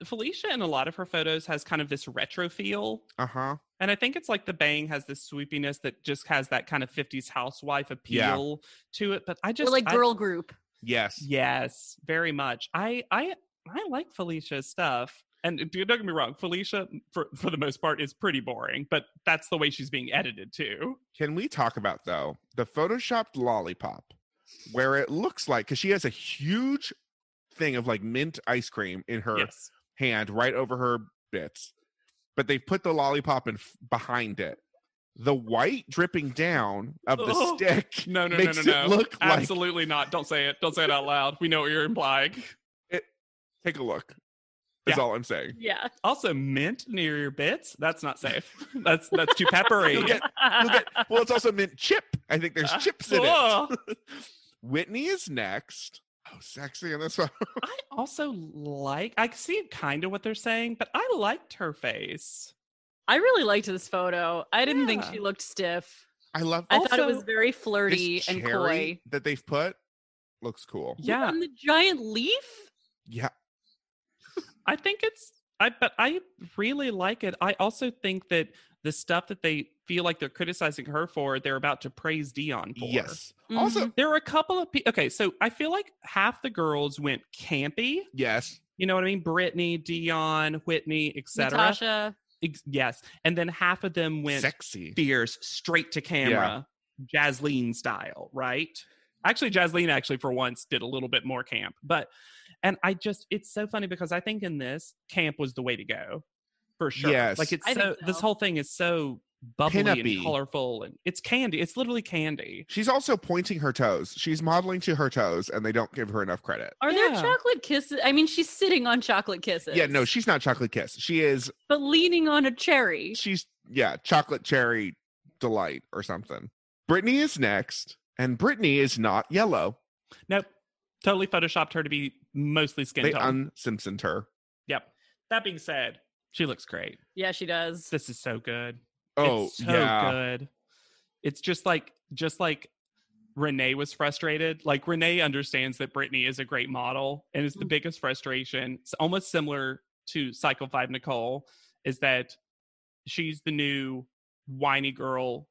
S3: Felicia in a lot of her photos has kind of this retro feel.
S1: Uh huh.
S3: And I think it's like the bang has this sweepiness that just has that kind of 50s housewife
S1: Yeah.
S3: appeal to it. But I
S2: We're
S3: just
S2: like
S3: I-
S2: girl group.
S1: Yes.
S3: yes, very much. I I I like Felicia's stuff. And uh, d- don't get me wrong, Felicia for for the most part is pretty boring, but that's the way she's being edited too.
S1: Can we talk about though the photoshopped lollipop, where it looks like because she has a huge thing of like mint ice cream in her
S3: Yes.
S1: hand right over her bits, but they've put the lollipop in f- behind it. The white dripping down of the
S3: Oh.
S1: stick *laughs*
S3: No, no,
S1: makes
S3: no, no,
S1: it
S3: no.
S1: look like.
S3: Absolutely not. Don't say it. Don't say it out loud. We know what you're implying.
S1: Take a look. Is
S3: Yeah.
S1: all I'm saying.
S2: Yeah.
S3: Also, mint near your bits. That's not *laughs* safe. That's that's too peppery.
S1: You'll get- You'll get- well, it's also mint chip. I think
S3: *laughs*
S1: there's
S3: Uh,
S1: chips in it. *laughs*
S3: Ugh.
S1: Whitney is next. Oh, sexy in this *laughs* one.
S3: I also like. I see kind of what they're saying, but I liked her face.
S2: *laughs* I really liked this photo. I didn't think
S3: Yeah.
S2: she looked stiff.
S1: I love.
S2: I thought it was
S1: also,
S2: very
S1: this
S2: flirty and coy.
S1: cherry that they've put looks cool.
S3: Yeah.
S2: And the giant leaf?
S1: Yeah,
S3: I think it's I but I really like it. I also think that the stuff that they feel like they're criticizing her for, they're about to praise Dion for.
S1: yes.
S2: Mm-hmm.
S1: Also,
S3: There were a couple of people. Okay, so I feel like half the girls went campy.
S1: yes.
S3: You know what I mean? Brittany, Dion, Whitney, etc.
S2: Natasha.
S3: Ex- yes, and then half of them went
S1: Sexy.
S3: fierce, straight to camera, Jasleen style, right? Actually, Jasleen actually for once did a little bit more camp, but and I just it's so funny because I think in this camp was the way to go for sure.
S1: Yes.
S3: like it's
S2: I
S3: so,
S2: think
S3: this
S2: so.
S3: whole thing is so bubbly
S1: Pin-up-y.
S3: and colorful and it's candy. It's literally candy.
S1: She's also pointing her toes. She's modeling to her toes, and they don't give her enough credit.
S2: Are
S3: Yeah.
S2: there chocolate kisses? I mean, she's sitting on chocolate kisses.
S1: Yeah, no, she's not chocolate kiss. She is.
S2: but leaning on a cherry.
S1: She's yeah, chocolate cherry delight or something. Brittany is next, and Brittany is not yellow.
S3: Nope, totally photoshopped her to be mostly skin
S1: they
S3: tone.
S1: un Simpsoned her.
S3: yep. That being said, she looks great.
S2: Yeah, she does.
S3: This is so good.
S1: Oh
S3: it's so
S1: yeah,
S3: good. It's just like just like Renee was frustrated. Like Renee understands that Brittany is a great model, and it's the
S1: Mm.
S2: Mhm.
S3: biggest frustration. It's almost similar to Cycle Five Nicole, is that she's the new whiny girl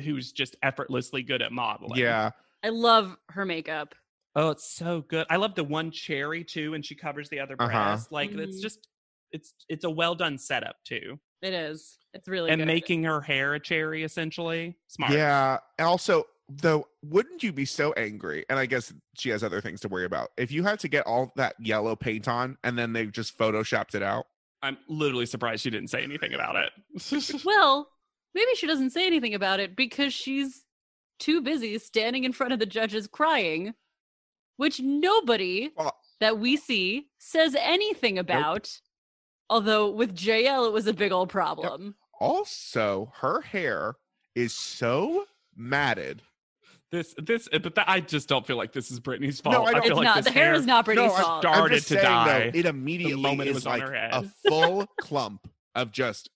S3: who's just effortlessly good at modeling.
S1: yeah.
S2: I love her makeup.
S3: Oh, it's so good. I love the one cherry too, and she covers the other
S1: Uh-huh.
S3: breast. Like it's
S2: Mhm.
S3: just it's it's a well done setup too,
S2: It is. It's really
S3: and
S2: good.
S3: making her hair a cherry essentially smart.
S1: Yeah. and Also, though, wouldn't you be so angry? And I guess she has other things to worry about. If you had to get all that yellow paint on and then they just photoshopped it out.
S3: I'm literally surprised she didn't say anything about it. *laughs*
S2: well, maybe she doesn't say anything about it because she's too busy standing in front of the judges crying, which nobody
S1: Well-
S2: that we see says anything about. Although with JL, it was a big old problem.
S1: Also, her hair is so matted.
S3: this, this, but that, I just don't feel like this is Brittany's fault.
S1: No, I don't-
S3: feel
S2: It's
S3: like
S2: not.
S3: this
S2: The hair, is not Brittany's
S1: No, I-
S2: fault.
S3: dark-
S1: I'm
S3: Started
S1: just
S3: to
S1: saying,
S3: die
S1: Though, it immediately
S3: moment it
S1: is
S3: was on
S1: like
S3: her head. *laughs*
S1: a full clump of just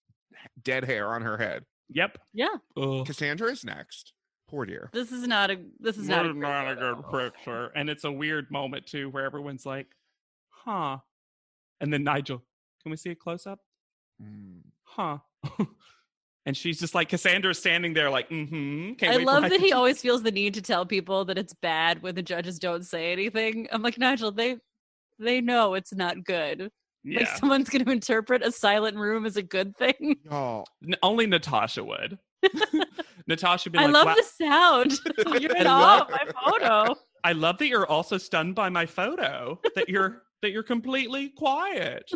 S1: dead hair on her head.
S3: Yep.
S2: yeah,
S3: Ugh.
S1: Cassandra is next. Poor dear.
S2: this is not a. This is not a,
S3: We're
S2: great
S3: not a
S2: photo.
S3: good picture, and it's a weird moment too, where everyone's like, "Huh," and then Nigel, can we see a close up?
S1: Mm.
S3: Huh. *laughs* and she's just like Cassandra's standing there, like, "Mm-hmm." Can't
S2: I
S3: wait for
S2: love
S3: my
S2: that he
S3: *laughs* picture."
S2: always feels the need to tell people that it's bad when the judges don't say anything. I'm like Nigel, they they know it's not good. Like
S3: Yeah.
S2: someone's going to interpret a silent room as a good thing.
S1: Y'all,
S3: N- only Natasha
S2: *laughs*
S3: would. Natasha would be
S2: I
S3: like,
S2: love
S3: "Wow-
S2: the
S3: *laughs*
S2: sound. *laughs* You're in
S3: I
S2: awe
S3: love-
S2: of my photo.
S3: I love that you're also stunned by my photo. That you're *laughs* that you're completely quiet.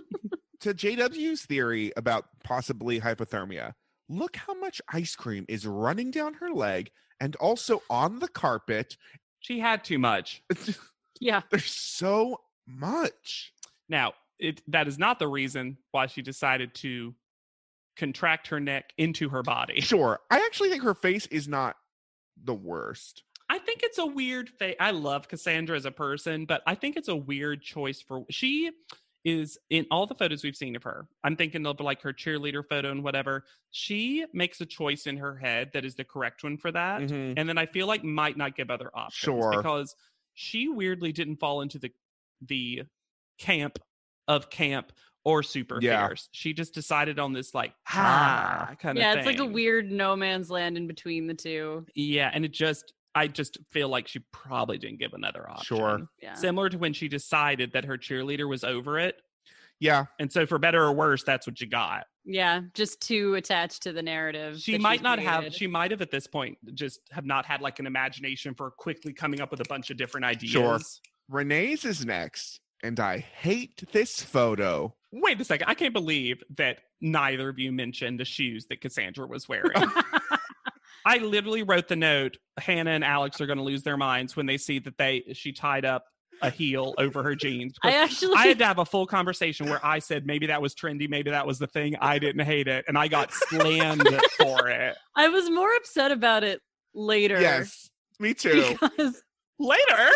S1: to JW's theory about possibly hypothermia, look how much ice cream is running down her leg and also on the carpet.
S3: She had too much. *laughs*
S2: Yeah,
S1: There's so much.
S3: Now, it that is not the reason why she decided to contract her neck into her body.
S1: Sure. I actually think her face is not the worst.
S3: I think it's a weird face. I love Cassandra as a person, but I think it's a weird choice for she is in all the photos we've seen of her. I'm thinking of like her cheerleader photo and whatever. She makes a choice in her head that is the correct one for that.
S1: Mm-hmm.
S3: and then I feel like might not give other options
S1: Sure.
S3: because she weirdly didn't fall into the the camp of camp or super
S1: Yeah.
S3: fierce. She just decided on this like
S1: Ah.
S3: ha kind
S2: yeah,
S3: of
S2: it's like a
S3: thing.
S2: weird no man's land in between the two.
S3: yeah, and it just I just feel like she probably didn't give another option.
S1: Sure.
S2: Yeah,
S3: Similar to when she decided that her cheerleader was over it.
S1: Yeah.
S3: And so for better or worse, that's what you got.
S2: yeah, just too attached to the narrative.
S3: She
S2: that
S3: might
S2: she's
S3: not have
S2: created.
S3: she might have at this point just have not had like an imagination for quickly coming up with a bunch of different ideas.
S1: Sure. Renee's is next. And I hate this photo.
S3: Wait a second. I can't believe that neither of you mentioned the shoes that Cassandra
S2: *laughs*
S3: was wearing. I literally wrote the note, Hannah and Alex are going to lose their minds when they see that they she tied up a heel over her jeans.
S2: I
S3: because
S2: actually,
S3: I had to have a full conversation where I said maybe that was trendy, maybe that was the thing. I didn't hate it, and I got slammed for it
S2: *laughs* I was more upset about it later.
S1: Yes. Me too.
S2: because
S3: later.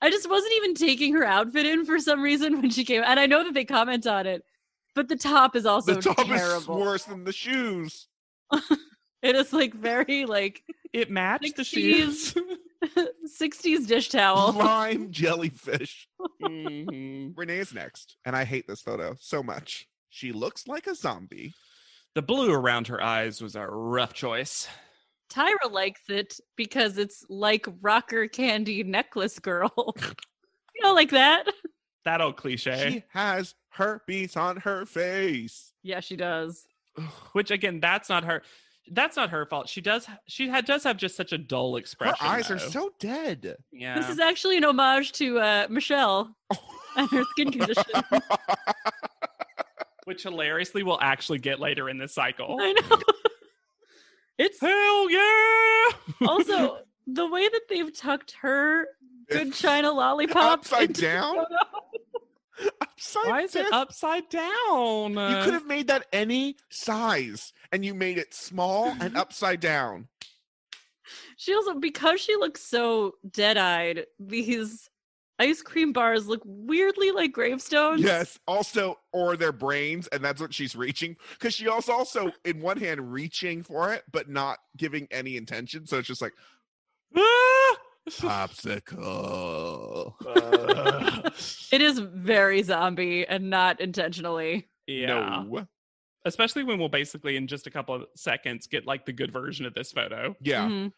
S2: I just wasn't even taking her outfit in for some reason when she came. And I know that they comment on it But the top is also
S1: the top
S2: terrible.
S1: is worse than the shoes.
S2: it is like very like *laughs*
S3: It matched the
S2: 60s.
S3: shoes. *laughs*
S2: 60s dish towel.
S1: Lime jellyfish. *laughs*
S3: Mhm.
S1: Renee's next, and I hate this photo so much. She looks like a zombie.
S3: The blue around her eyes was a rough choice.
S2: Tyra likes it because it's like rocker candy necklace girl. *laughs* you know, like that.
S3: That old cliche.
S1: She has herpes on her face.
S2: Yeah, she does.
S3: Which again, that's not her. That's not her fault. She does. She had, does have just such a dull
S1: Her
S3: expression.
S1: eyes are
S3: though.
S1: so
S3: *laughs*
S1: dead.
S3: Yeah.
S2: This is actually an homage to uh, Michelle and her
S1: *laughs*
S2: skin condition.
S3: which hilariously we'll actually get later in this
S1: Oh.
S3: cycle.
S2: I know. *laughs* It's
S3: Hell yeah!
S2: also the way that they've tucked her good
S1: It's *laughs*
S2: china lollipop
S1: upside
S2: into the
S1: down?
S2: photo.
S1: Upside
S3: Why is it uh,
S1: down.
S3: upside down?
S1: You could have made that any size, and you made it small
S3: *laughs*
S1: and upside down.
S2: She also because she looks so dead eyed, these ice cream bars look weirdly like
S3: Oh,
S2: gravestones.
S1: Yes. Also, or their brains, and that's what she's reaching. Because she also, also in one hand reaching for it, but not giving any intention. So it's just like
S3: Uh,
S1: popsicle. *laughs*
S3: Uh,
S2: It is very zombie and not intentionally.
S3: yeah.
S1: No.
S3: Especially when we'll basically in just a couple of seconds get like the good version of this photo.
S1: Yeah.
S2: Mhm.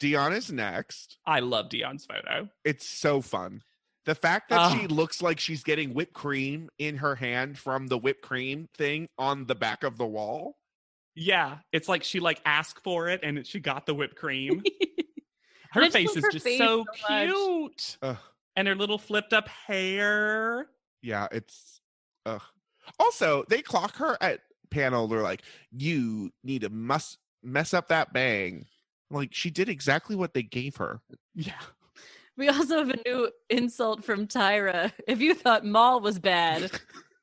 S1: Dion is next.
S3: I love Dion's photo.
S1: It's so fun. The fact that she
S3: Ah.
S1: looks like she's getting whipped cream in her hand from the whipped cream thing on the back of the wall.
S3: Yeah, it's like she like asked for it and she got the whipped cream.
S2: *laughs*
S3: Her
S2: I just
S3: face
S2: love
S3: is
S2: her
S3: just
S2: face
S3: so,
S2: so much.
S3: cute.
S1: Ugh.
S3: And her little flipped up hair.
S1: Yeah, it's ugh. Also, they clock her at panel. They're like, "You need to mess mess up that bang." Like she did exactly what they gave her.
S3: Yeah.
S2: *laughs* We also have a new insult from Tyra. If you thought Mall was bad,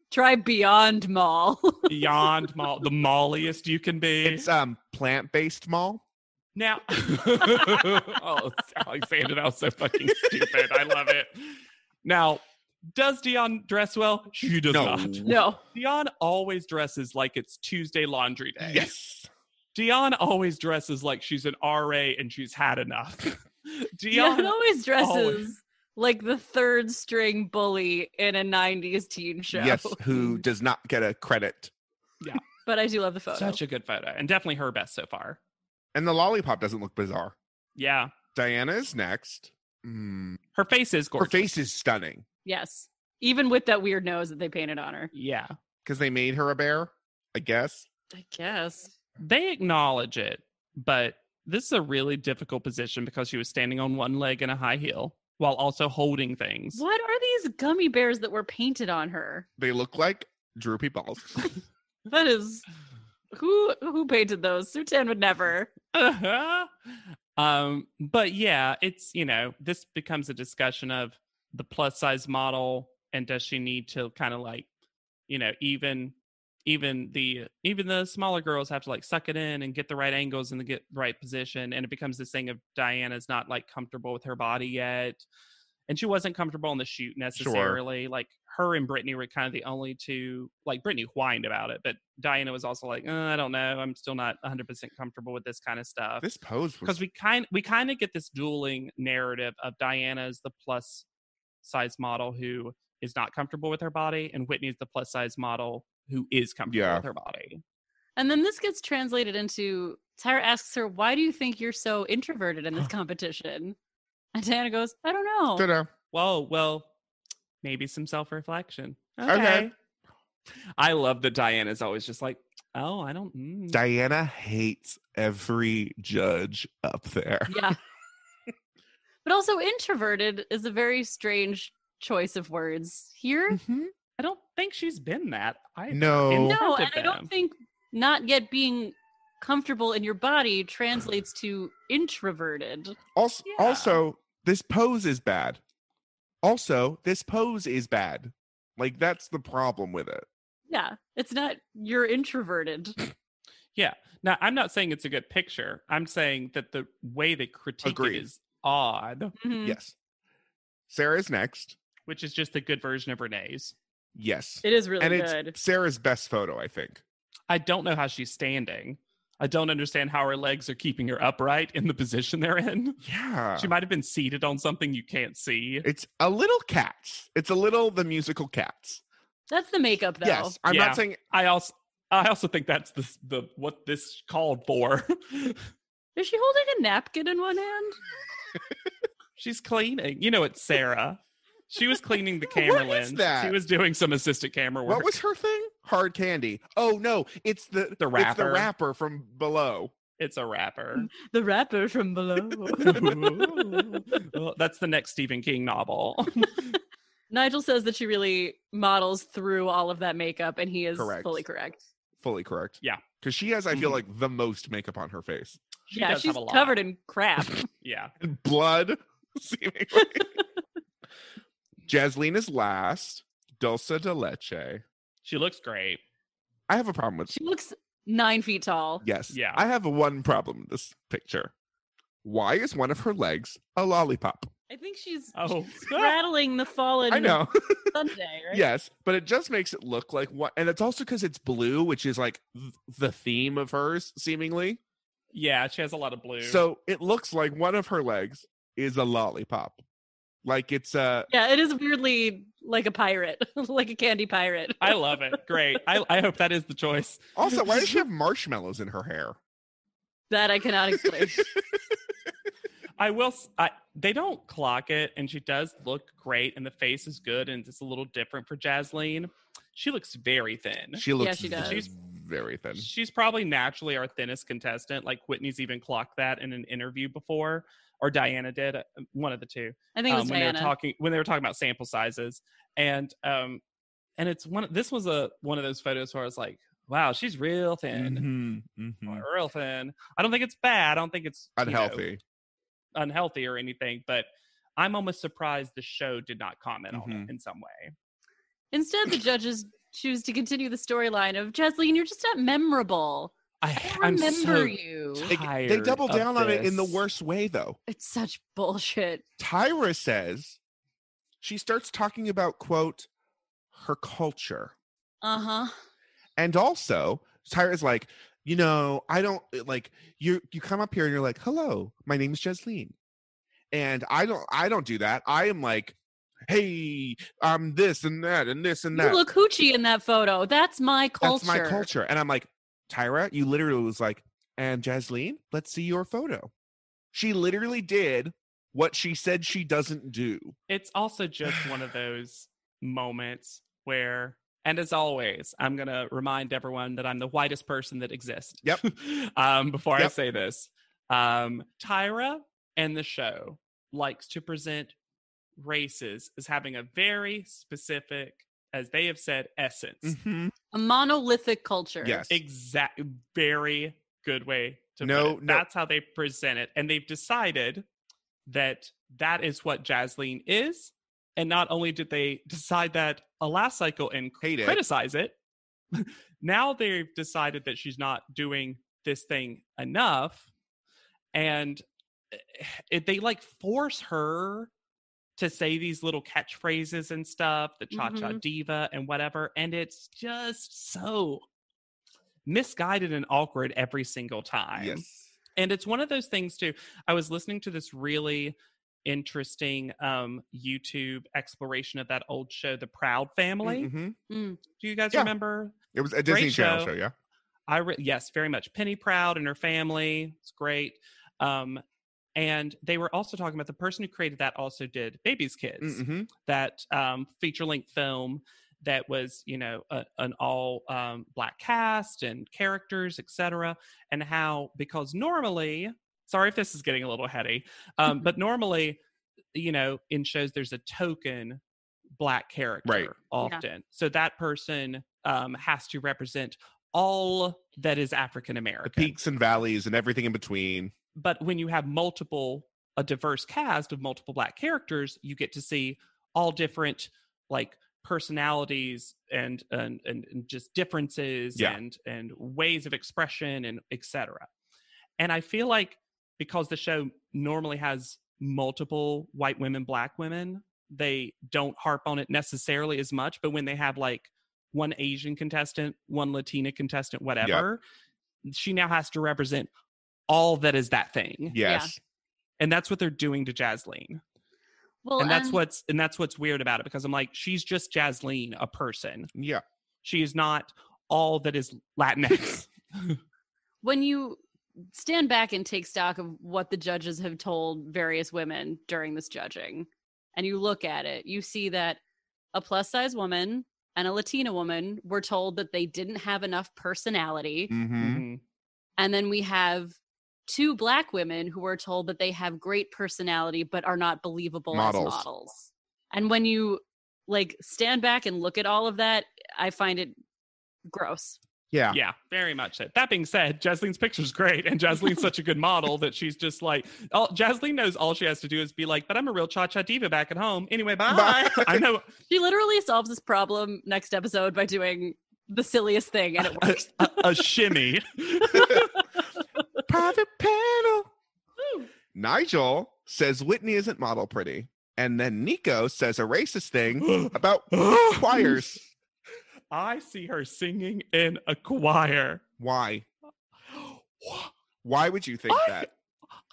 S2: try Beyond *laughs* Mall.
S3: Beyond mall the molliest you can be.
S1: It's um plant based mall.
S3: Now,
S1: *laughs*
S3: oh, Alexander, that was so fucking stupid. I love it. Now, does Dion dress well? She does not.
S2: no.
S3: Dion always dresses like it's Tuesday laundry day.
S1: Yes.
S3: Dion always dresses like she's an RA and she's
S1: *laughs*
S3: had enough.
S2: Dion
S3: Dion,
S2: always dresses
S3: always.
S2: like the third string bully in a 90s teen show.
S1: Yes.
S2: *laughs*
S1: Who does not get a credit?
S2: But I do love the photo.
S3: such a good photo and definitely her best so far.
S1: And the lollipop doesn't look bizarre.
S3: Yeah.
S1: Diana is next. Mm,
S3: Her face is
S1: her
S3: gorgeous.
S1: face is stunning
S2: yes. Even with that weird nose that they painted on her.
S3: Yeah.
S1: because they made her a bear. I guess.
S2: I guess.
S3: They acknowledge it, but this is a really difficult position because she was standing on one leg in a high heel while also holding things.
S2: What are these gummy bears that were painted on her?
S1: They look like droopy balls.
S2: That is who who painted those? Sutan would never.
S3: Uh-huh. Um, but yeah, it's you know, this becomes a discussion of the plus size model and does she need to kind of like, you know, even even the even the smaller girls have to like suck it in and get the right angles and the get right position and it becomes this thing of Diana's not like comfortable with her body yet. And she wasn't comfortable in the shoot necessarily. Like her and Brittany were kind of the only two. Like Brittany whined about it, but Diana was also like, "Uh, "I don't know. I'm still not 100 percent comfortable with this kind of stuff."
S1: this pose was *laughs*
S3: because we kind we kind of get this dueling narrative of Diana's the plus size model who is not comfortable with her body, and Whitney's the plus size model who is comfortable
S1: Yeah.
S3: with her body.
S2: And then this gets translated into Tyra asks her, Why do you think you're so introverted in this competition? *laughs* And Diana goes, I don't know.
S1: Ta-da.
S3: Whoa, well, maybe some self reflection. Okay.
S1: Okay.
S3: I love that Diana's always just like, oh, I don't. Mm.
S1: Diana hates every judge up
S2: *laughs*
S1: there. *laughs*
S2: Yeah. but also, introverted is a very strange choice of words here.
S3: mm-hmm. I don't think she's been that. I
S1: No.
S3: In-
S2: No,
S3: Both of
S2: and I
S3: them.
S2: don't think not yet being comfortable in your body translates to introverted.
S1: Also,
S3: Yeah.
S1: also, this pose is bad. Also, this pose is bad. Like that's the problem with it.
S2: Yeah, it's not you're introverted.
S3: Now, I'm not saying it's a good picture. I'm saying that the way they critique
S1: Agreed.
S3: it is odd,
S2: Mhm.
S1: Yes. Sarah's next.
S3: which is just the good version of Renee's.
S1: Yes.
S2: It is really
S1: and it's
S2: good.
S1: Sarah's best photo, I think.
S3: I don't know how she's standing. I don't understand how her legs are keeping her upright in the position they're in.
S1: Yeah.
S3: She might have been seated on something you can't see.
S1: It's a little cats. It's a little the musical cats.
S2: That's the makeup, though.
S1: Yes. I'm
S3: Yeah.
S1: not saying
S3: I also I also think that's the the what this called for. *laughs*
S2: Is she holding a napkin in one hand?
S3: She's cleaning. You know it's Sarah. She was cleaning the camera
S1: *laughs* What is
S3: lens. She
S1: that?
S3: was doing some assistant camera work.
S1: what was her thing? Hard candy. Oh no, it's the
S3: The
S1: It's the
S3: wrapper.
S1: rapper from below.
S3: it's
S1: *laughs*
S3: a rapper.
S2: The rapper from
S3: *laughs*
S2: below. *laughs*
S3: Well, that's the next Stephen King novel.
S2: Nigel says that she really models through all of that makeup, and he is
S1: Correct.
S2: fully correct.
S1: Fully correct.
S3: Yeah. Mm-hmm.
S1: Because she has, I feel like, the most makeup on her face.
S3: She
S2: yeah,
S3: does
S2: she's
S3: have a lot.
S2: covered in
S3: *laughs*
S2: crap.
S3: Yeah.
S1: And blood, *laughs*
S3: *laughs*
S1: seemingly. Jasmine is last. Dulce de leche.
S3: She looks great.
S1: I have a problem with
S2: she looks nine feet tall.
S1: Yes.
S3: Yeah.
S1: I have one problem with this picture. Why is one of her legs a lollipop?
S2: I think she's
S3: Oh. *laughs*
S2: rattling the fallen
S1: I know.
S2: *laughs*
S1: *laughs*
S2: Sunday, right?
S1: Yes, but it just makes it look like what, and it's also because it's blue, which is like th- the theme of hers, seemingly.
S3: yeah, she has a lot of blue.
S1: So it looks like one of her legs is a lollipop, like it's uh, a
S2: Yeah, it is weirdly like a pirate, *laughs* like a candy pirate.
S3: I love it. Great. I, I hope that is the choice.
S1: Also, why does she have
S3: *laughs*
S1: marshmallows in her hair?
S2: *laughs* that I cannot
S3: *laughs*
S2: explain.
S3: I will. s I they don't clock it, and she does look great, and the face is good, and it's a little different for Jasmine. She looks very thin.
S1: She looks
S2: she does.
S1: She's very thin.
S3: She's probably naturally our thinnest contestant. Like Whitney's even clocked that in an interview before, or Diana did, uh, one of the two.
S2: I think it was
S3: Um, when
S2: Diana.
S3: they were talking when they were talking about sample sizes, and um, and it's one. This was a one of those photos where I was like, wow, she's real thin,
S1: Mhm, mhm.
S3: real thin. I don't think it's bad. I don't think it's you know,
S1: Unhealthy.
S3: unhealthy or anything, but I'm almost surprised the show did not comment on
S1: Mhm.
S3: it in some way.
S2: Instead, the judges choose to continue the storyline of Jasleen, you're just not memorable.
S3: I,
S2: I
S3: I'm
S2: remember
S3: so
S2: you.
S1: They,
S3: tired.
S1: they double
S3: of
S1: down on it in the
S3: this.
S1: worst way, though.
S2: It's such bullshit.
S1: Tyra says she starts talking about quote her culture.
S2: Uh huh.
S1: And also, Tyra's like, you know, I don't eh, like you. You come up here and you're like, "Hello, my name is Jesleen," and I don't, I don't do that. I am like, "Hey, I'm this and that and this and that."
S2: You look hoochie in that photo. That's my
S1: That's
S2: culture.
S1: my culture, and I'm like, Tyra, you literally was like, "And Jesleen, let's see your photo." She literally did what she said she doesn't do.
S3: It's also just one of those moments where, and as always, I'm going to remind everyone that I'm the whitest person that exists.
S1: Yep.
S3: *laughs* um, before I
S1: Yep.
S3: say this, um, Tyra and the show likes to present races as having a very specific, as they have said, essence.
S2: A monolithic culture.
S1: Yes.
S3: Exact, very good way to
S1: No,
S3: put it.
S1: no.
S3: That's how they present it, and they've decided that that is what Jasleen is. And not only did they decide that a last cycle and
S1: Hate it.
S3: criticize it, *laughs* now they've decided that she's not doing this thing enough, and it, they like force her to say these little catchphrases and stuff, the cha cha
S2: Mhm.
S3: diva and whatever. And it's just so misguided and awkward every single time.
S1: Yes.
S3: And it's one of those things too. I was listening to this really interesting um YouTube exploration of that old show, The Proud Family.
S1: Mhm.
S2: Mm.
S3: Do you guys
S1: Yeah.
S3: remember?
S1: It was a Disney
S3: Great
S1: Channel
S3: show.
S1: show, yeah.
S3: I re- yes, very much. Penny Proud and her family. It's great. Um, and they were also talking about the person who created that also did Baby's Kids,
S1: Mhm.
S3: that um, feature length film that was you know a, an all um, black cast and characters, etc. And how because normally, sorry if this is getting a little heady, um, but normally, you know, in shows there's a token black character often. So that person um, has to represent all that is African
S1: The
S3: American.
S1: peaks and valleys and everything in between.
S3: But when you have multiple, a diverse cast of multiple black characters, you get to see all different like personalities and and, and, and just differences
S1: Yeah.
S3: and and ways of expression and etc. And I feel like because the show normally has multiple white women, black women, they don't harp on it necessarily as much, but when they have like one Asian contestant, one Latina contestant, whatever, she now has to represent all that is that thing.
S1: Yes.
S3: And that's what they're doing to Jasleen.
S2: Well,
S3: and that's what's and that's what's weird about it because I'm like, she's just Jasleen, a person.
S1: Yeah.
S3: She is not all that is Latinx.
S2: when you stand back and take stock of what the judges have told various women during this judging and you look at it you see that a plus size woman and a latina woman were told that they didn't have enough personality
S1: Mm-hmm.
S3: Mhm.
S2: and then we have two black women who are told that they have great personality but are not believable
S1: Models.
S2: as models and when you like stand back and look at all of that i find it gross
S1: Yeah.
S3: Yeah, very much so. That being said, Jasleen's picture's great, and Jasleen's such a good model that she's just like, all, Jasleen knows all she has to do is be like, but I'm a real cha cha diva back at home. Anyway, bye.
S1: Bye.
S3: I know
S2: She literally solves this problem next episode by doing the silliest thing, and it
S3: a,
S2: works.
S3: a, a shimmy.
S1: Private panel.
S2: Woo.
S1: Nigel says Whitney isn't model pretty. And then Nico says a racist *gasps* thing about *laughs* *laughs* choirs.
S3: I see her singing in a choir.
S1: Why?
S3: Wha-
S1: Why would you think
S3: I-
S1: that?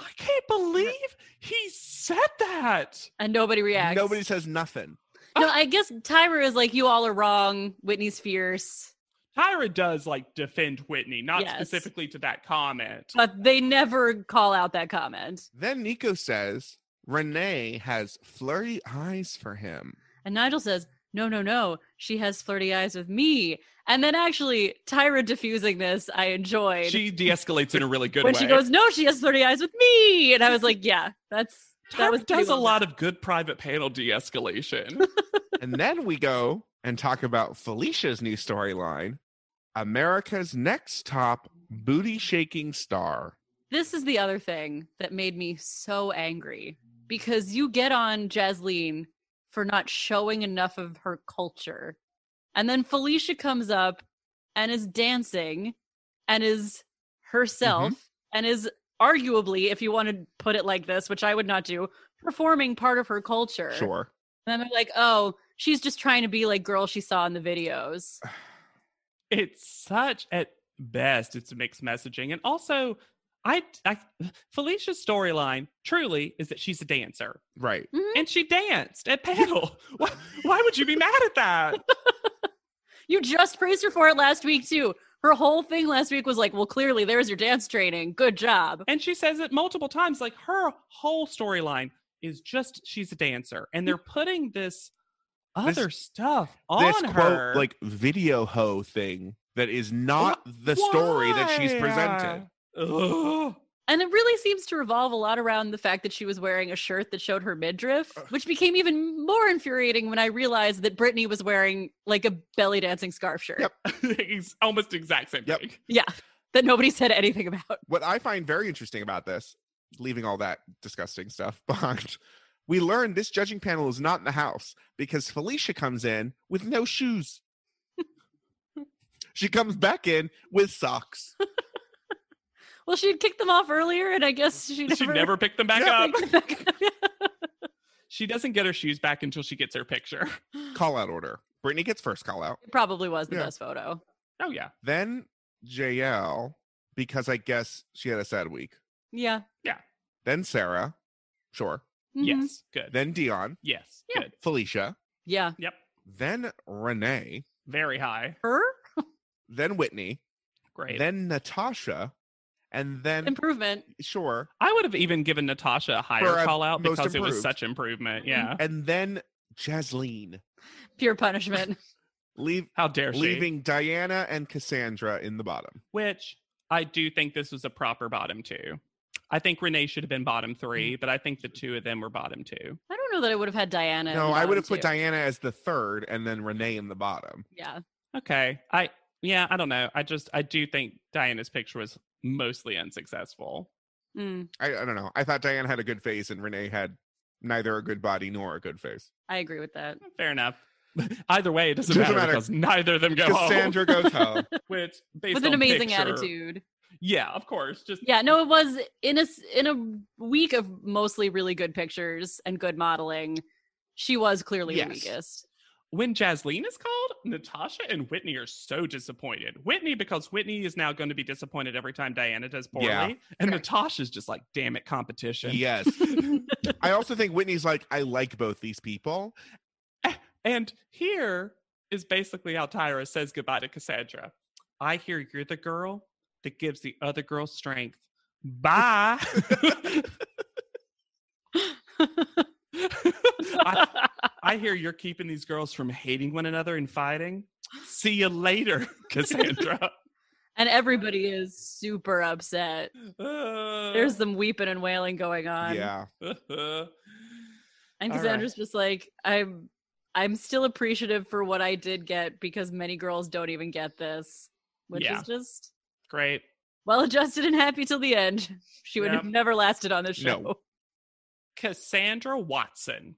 S3: I can't believe he said that.
S2: and nobody reacts.
S1: Nobody says nothing.
S2: No, I guess Tyra is like, "You all are wrong." Whitney's fierce,
S3: Tyra does like defend Whitney, not
S2: Yes.
S3: specifically to that comment.
S2: but they never call out that comment.
S1: Then Nico says Renee has flirty eyes for him.
S2: And Nigel says, "No, no, no. She has flirty eyes with me." And then actually, Tyra diffusing this, I enjoyed
S3: She de escalates in a really good
S2: when
S3: way.
S2: she goes, "No, she has flirty eyes with me," and I was like, "Yeah, that's." That
S3: Tyra
S2: was pretty
S3: does a
S2: well
S3: lot of good private
S1: *laughs*
S3: panel de-escalation.
S1: and then we go and talk about Felicia's new storyline America's next top booty shaking star.
S2: this is the other thing that made me so angry because you get on Jasleen for not showing enough of her culture. And then Felicia comes up and is dancing and is herself and is arguably, if you want to put it like this, which I would not do, performing part of her culture.
S1: Sure.
S2: And then they're like, oh, she's just trying to be like girl she saw in the videos.
S3: it's such at best it's mixed messaging and also i, I felicia's storyline truly is that she's a dancer
S1: Right.
S2: Mm-hmm.
S3: and she
S1: *laughs*
S3: danced at panel why, why would you be mad at that
S2: You just praised her for it last week too. Her whole thing last week was like, well, clearly there's your dance training. Good job.
S3: and she says it multiple times like her whole storyline is just she's a dancer and they're putting this
S1: This-
S3: other stuff on
S1: this
S3: her
S1: quote, like video hoe thing that is not the story that she's presented.
S3: Ugh. *laughs*
S2: And it really seems to revolve a lot around the fact that she was wearing a shirt that showed her midriff, which became even more infuriating when I realized that Brittany was wearing like a belly dancing scarf shirt.
S1: Yep.
S3: It's almost the exact same
S1: Yep.
S3: thing
S2: Yeah. That nobody said anything about.
S1: What I find very interesting about this, leaving all that disgusting stuff *laughs* behind, we learned this judging panel is not in the house because Felicia comes in with no shoes. she comes back in with
S3: *laughs*
S1: socks.
S2: Well, she had kicked them off earlier, and I guess she never,
S3: *laughs*
S2: *laughs*
S3: she never picked them back
S1: Yeah.
S3: up *laughs*
S2: picked them back up. *laughs*
S3: she doesn't get her shoes back until she gets her picture. *laughs*
S1: Call out order. Brittany gets first call out.
S2: It probably was the
S1: Yeah.
S2: best photo.
S3: Oh yeah.
S1: Then JL, because I guess she had a sad week.
S2: Yeah.
S1: Then Sarah, sure.
S2: Mhm.
S3: Yes. Good.
S1: Then Dion,
S3: yes.
S2: Yeah.
S3: Good.
S1: Felicia,
S2: Yeah.
S3: Yep.
S1: then Renee,
S3: Very high.
S2: Her
S1: then Whitney,
S3: Great.
S1: then Natasha, and then
S2: improvement.
S1: sure,
S3: I would have even given Natasha a
S1: For
S3: higher
S1: a
S3: call out
S1: most
S3: because it was
S1: improved.
S3: such improvement.
S2: Mm-hmm.
S3: Yeah.
S1: and then Jasleen, *laughs*
S2: Pure punishment.
S1: leave
S3: How dare she?
S1: leaving Diana and Cassandra in the bottom.
S3: Which I do think this was a proper bottom two. I think Renee should have been bottom three,
S2: Mm-hmm.
S3: but I think the two of them were bottom two.
S2: I don't know that I would have had Diana. in
S1: No,
S2: the
S1: I would
S2: bottom
S1: have put
S2: two.
S1: Diana as the third, and then Renee in the bottom.
S2: Yeah.
S3: Okay. I yeah, I don't know. I just I do think Diana's picture was mostly unsuccessful.
S2: Mm,
S1: I, I don't know. I thought Diana had a good face, and Renee had neither a good body nor a good face.
S2: I agree with that.
S3: Fair enough. *laughs* Either way, it doesn't,
S1: Doesn't
S3: matter,
S1: matter.
S3: because neither of them go
S1: Cassandra goes home.
S3: home. Which, based
S2: With an
S3: on
S2: amazing
S3: picture-
S2: attitude.
S3: Yeah, of course. Just
S2: Yeah, no, it was in a s- in a week of mostly really good pictures and good modeling. She was clearly
S3: Yes.
S2: the weakest.
S3: When Jasleen is called, Natasha and Whitney are so disappointed. Whitney, because Whitney is now going to be disappointed every time Diana does poorly.
S1: Yeah.
S3: And Natasha's just like, damn it, competition.
S1: Yes. I also think Whitney's like, I like both these people.
S3: And here is basically how Tyra says goodbye to Cassandra. I hear you're the girl that gives the other girl strength. Bye. *laughs* *laughs* I, I hear you're keeping these girls from hating one another and fighting. See you later, Cassandra.
S2: *laughs*
S3: *laughs*
S2: and everybody is super upset.
S3: Uh.
S2: There's them weeping and wailing going on.
S1: yeah.
S2: And
S3: All right.
S2: Cassandra's just like, I'm I'm still appreciative for what I did get because many girls don't even get this. Which
S3: Yeah.
S2: is just
S3: *laughs* Great.
S2: well adjusted and happy till the end. She would
S3: Yeah.
S2: have never lasted on this show.
S1: No.
S3: Cassandra Watson.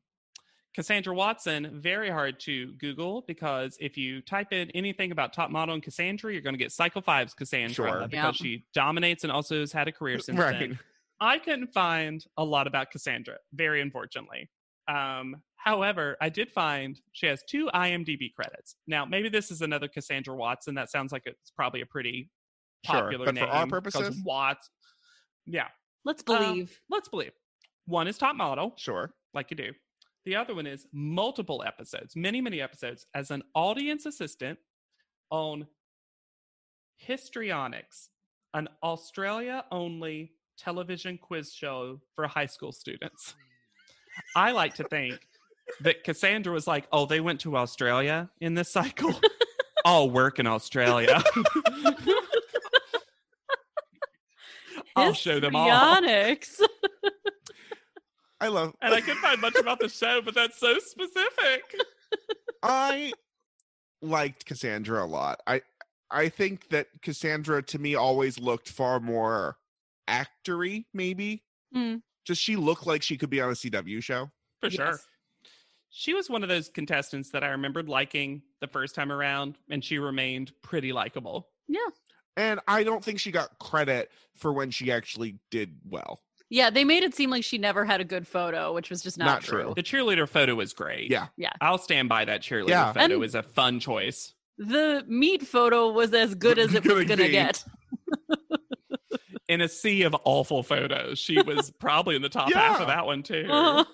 S3: Cassandra Watson, very hard to Google because if you type in anything about top model and Cassandra, you're going to get Cycle Five's Cassandra
S1: Sure.
S3: because
S2: Yep.
S3: she dominates and also has had
S1: *laughs*
S3: a career since
S1: Right.
S3: then. I couldn't find a lot about Cassandra, very unfortunately. Um, however, I did find she has two IMDb credits. Now, maybe this is another Cassandra Watson. That sounds like it's probably a pretty
S1: Sure,
S3: popular
S1: but
S3: name.
S1: for our
S3: because
S1: purposes?
S3: Watts. Yeah,
S2: Let's
S3: Um,
S2: believe.
S3: let's believe. One is top model
S1: Sure.
S3: like you do. The other one is multiple episodes, many, many episodes, as an audience assistant on Histrionics, an Australia only television quiz show for high school students. I like to think that Cassandra was like, oh, they went to Australia in this cycle. I'll work in Australia. *laughs* I'll show them all. *laughs*
S2: Histrionics.
S1: I love
S3: And I couldn't find much about the show, but that's so specific.
S1: I liked Cassandra a lot. I I think that Cassandra to me always looked far more actory, maybe.
S2: Mm.
S1: Does she look like she could be on a CW show?
S3: For sure.
S2: Yes.
S3: She was one of those contestants that I remembered liking the first time around, and she remained pretty likable.
S1: And I don't think she got credit for when she actually did well.
S2: Yeah, they made it seem like she never had a good photo, which was just not,
S1: Not
S2: true.
S1: true.
S3: The cheerleader photo was great.
S1: Yeah.
S2: Yeah.
S3: I'll stand by that cheerleader
S1: Yeah.
S3: photo.
S2: And-
S3: It was a fun choice.
S2: The meat photo was as good as
S3: *laughs*
S2: it was
S1: Could
S2: gonna
S1: be.
S2: get.
S3: In a sea of awful
S2: *laughs*
S3: photos, she was probably in the top half
S1: Yeah.
S3: of that one, too.
S2: Uh,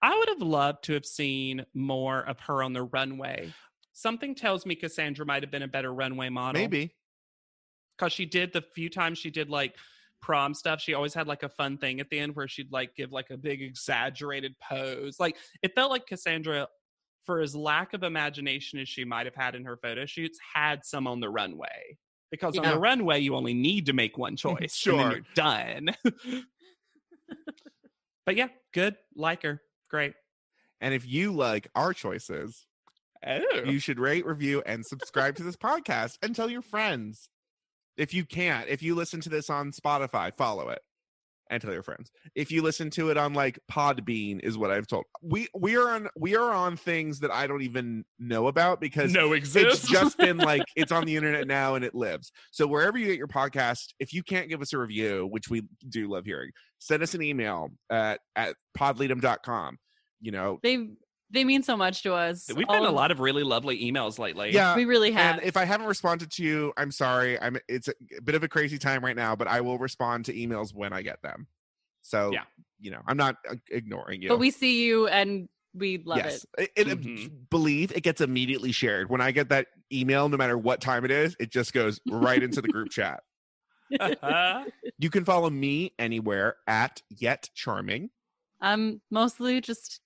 S3: I would have loved to have seen more of her on the runway. Something tells me Cassandra might have been a better runway model.
S1: Maybe.
S3: because she did the few times she did like prom stuff she always had like a fun thing at the end where she'd like give like a big exaggerated pose like it felt like cassandra for as lack of imagination as she might have had in her photo shoots had some on the runway because on
S1: Yeah.
S3: the runway you only need to make
S1: *laughs*
S3: one choice and
S1: Sure.
S3: then you're done *laughs* but yeah good like her great
S1: And if you like our choices,
S3: oh
S1: you should rate, review, and subscribe to this podcast and tell your friends. If you can't, if you listen to this on Spotify, follow it and tell your friends. If you listen to it on like Podbean, is what I've told. We we are on we are on things that I don't even know about because
S3: no
S1: it's
S3: exists
S1: just been like it's on the internet now and it lives. So wherever you get your podcast, if you can't give us a review, which we do love hearing, send us an email at at podleadum.com. You know,
S2: *laughs* they they mean so much to us.
S3: we've
S2: All
S3: gotten a
S2: of-
S3: lot of really lovely emails lately
S1: yeah,
S2: We really have.
S1: And if I haven't responded to you, I'm sorry. I'm it's a bit of a crazy time right now, but I will respond to emails when I get them. So
S3: Yeah.
S1: you know, I'm not uh, ignoring you.
S2: But we see you and we love
S1: yes,
S2: it. Mm-hmm.
S1: it, it, uh,
S3: Mhm.
S1: believe it gets immediately shared. When I get that email, no matter what time it is, it just goes right into the group
S2: *laughs*
S1: chat.
S3: *laughs*
S1: *laughs* You can follow me anywhere at yet charming.
S2: I'm mostly just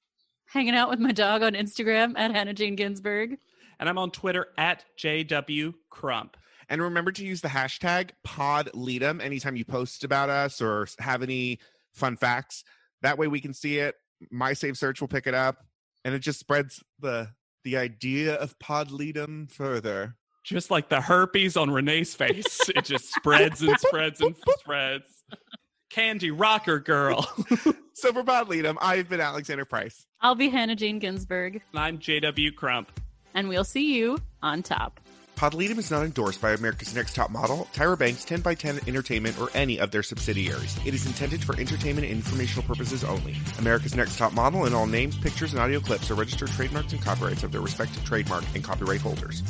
S2: hanging out with my dog on Instagram at Hannah Jane Ginsburg.
S3: and i'm on twitter at jw crump
S1: And remember to use the hashtag podleadum anytime you post about us or s- have any fun facts. That way we can see it. My save search will pick it up and it just spreads the the idea of podleadum further.
S3: just like the herpes on Renee's face, it just spreads and spreads and spreads. Candy rocker girl. *laughs*
S1: So for podleadum, I've been Alexander Price.
S2: I'll be Hannah Jane Ginsburg,
S3: I'm JW Crump.
S2: and we'll see you on top.
S1: Podletum is not endorsed by America's Next Top Model, Tyra Banks, 10 by 10 Entertainment, or any of their subsidiaries. It is intended for entertainment and informational purposes only. America's Next Top Model and all names, pictures, and audio clips are registered trademarks and copyrights of their respective trademark and copyright holders.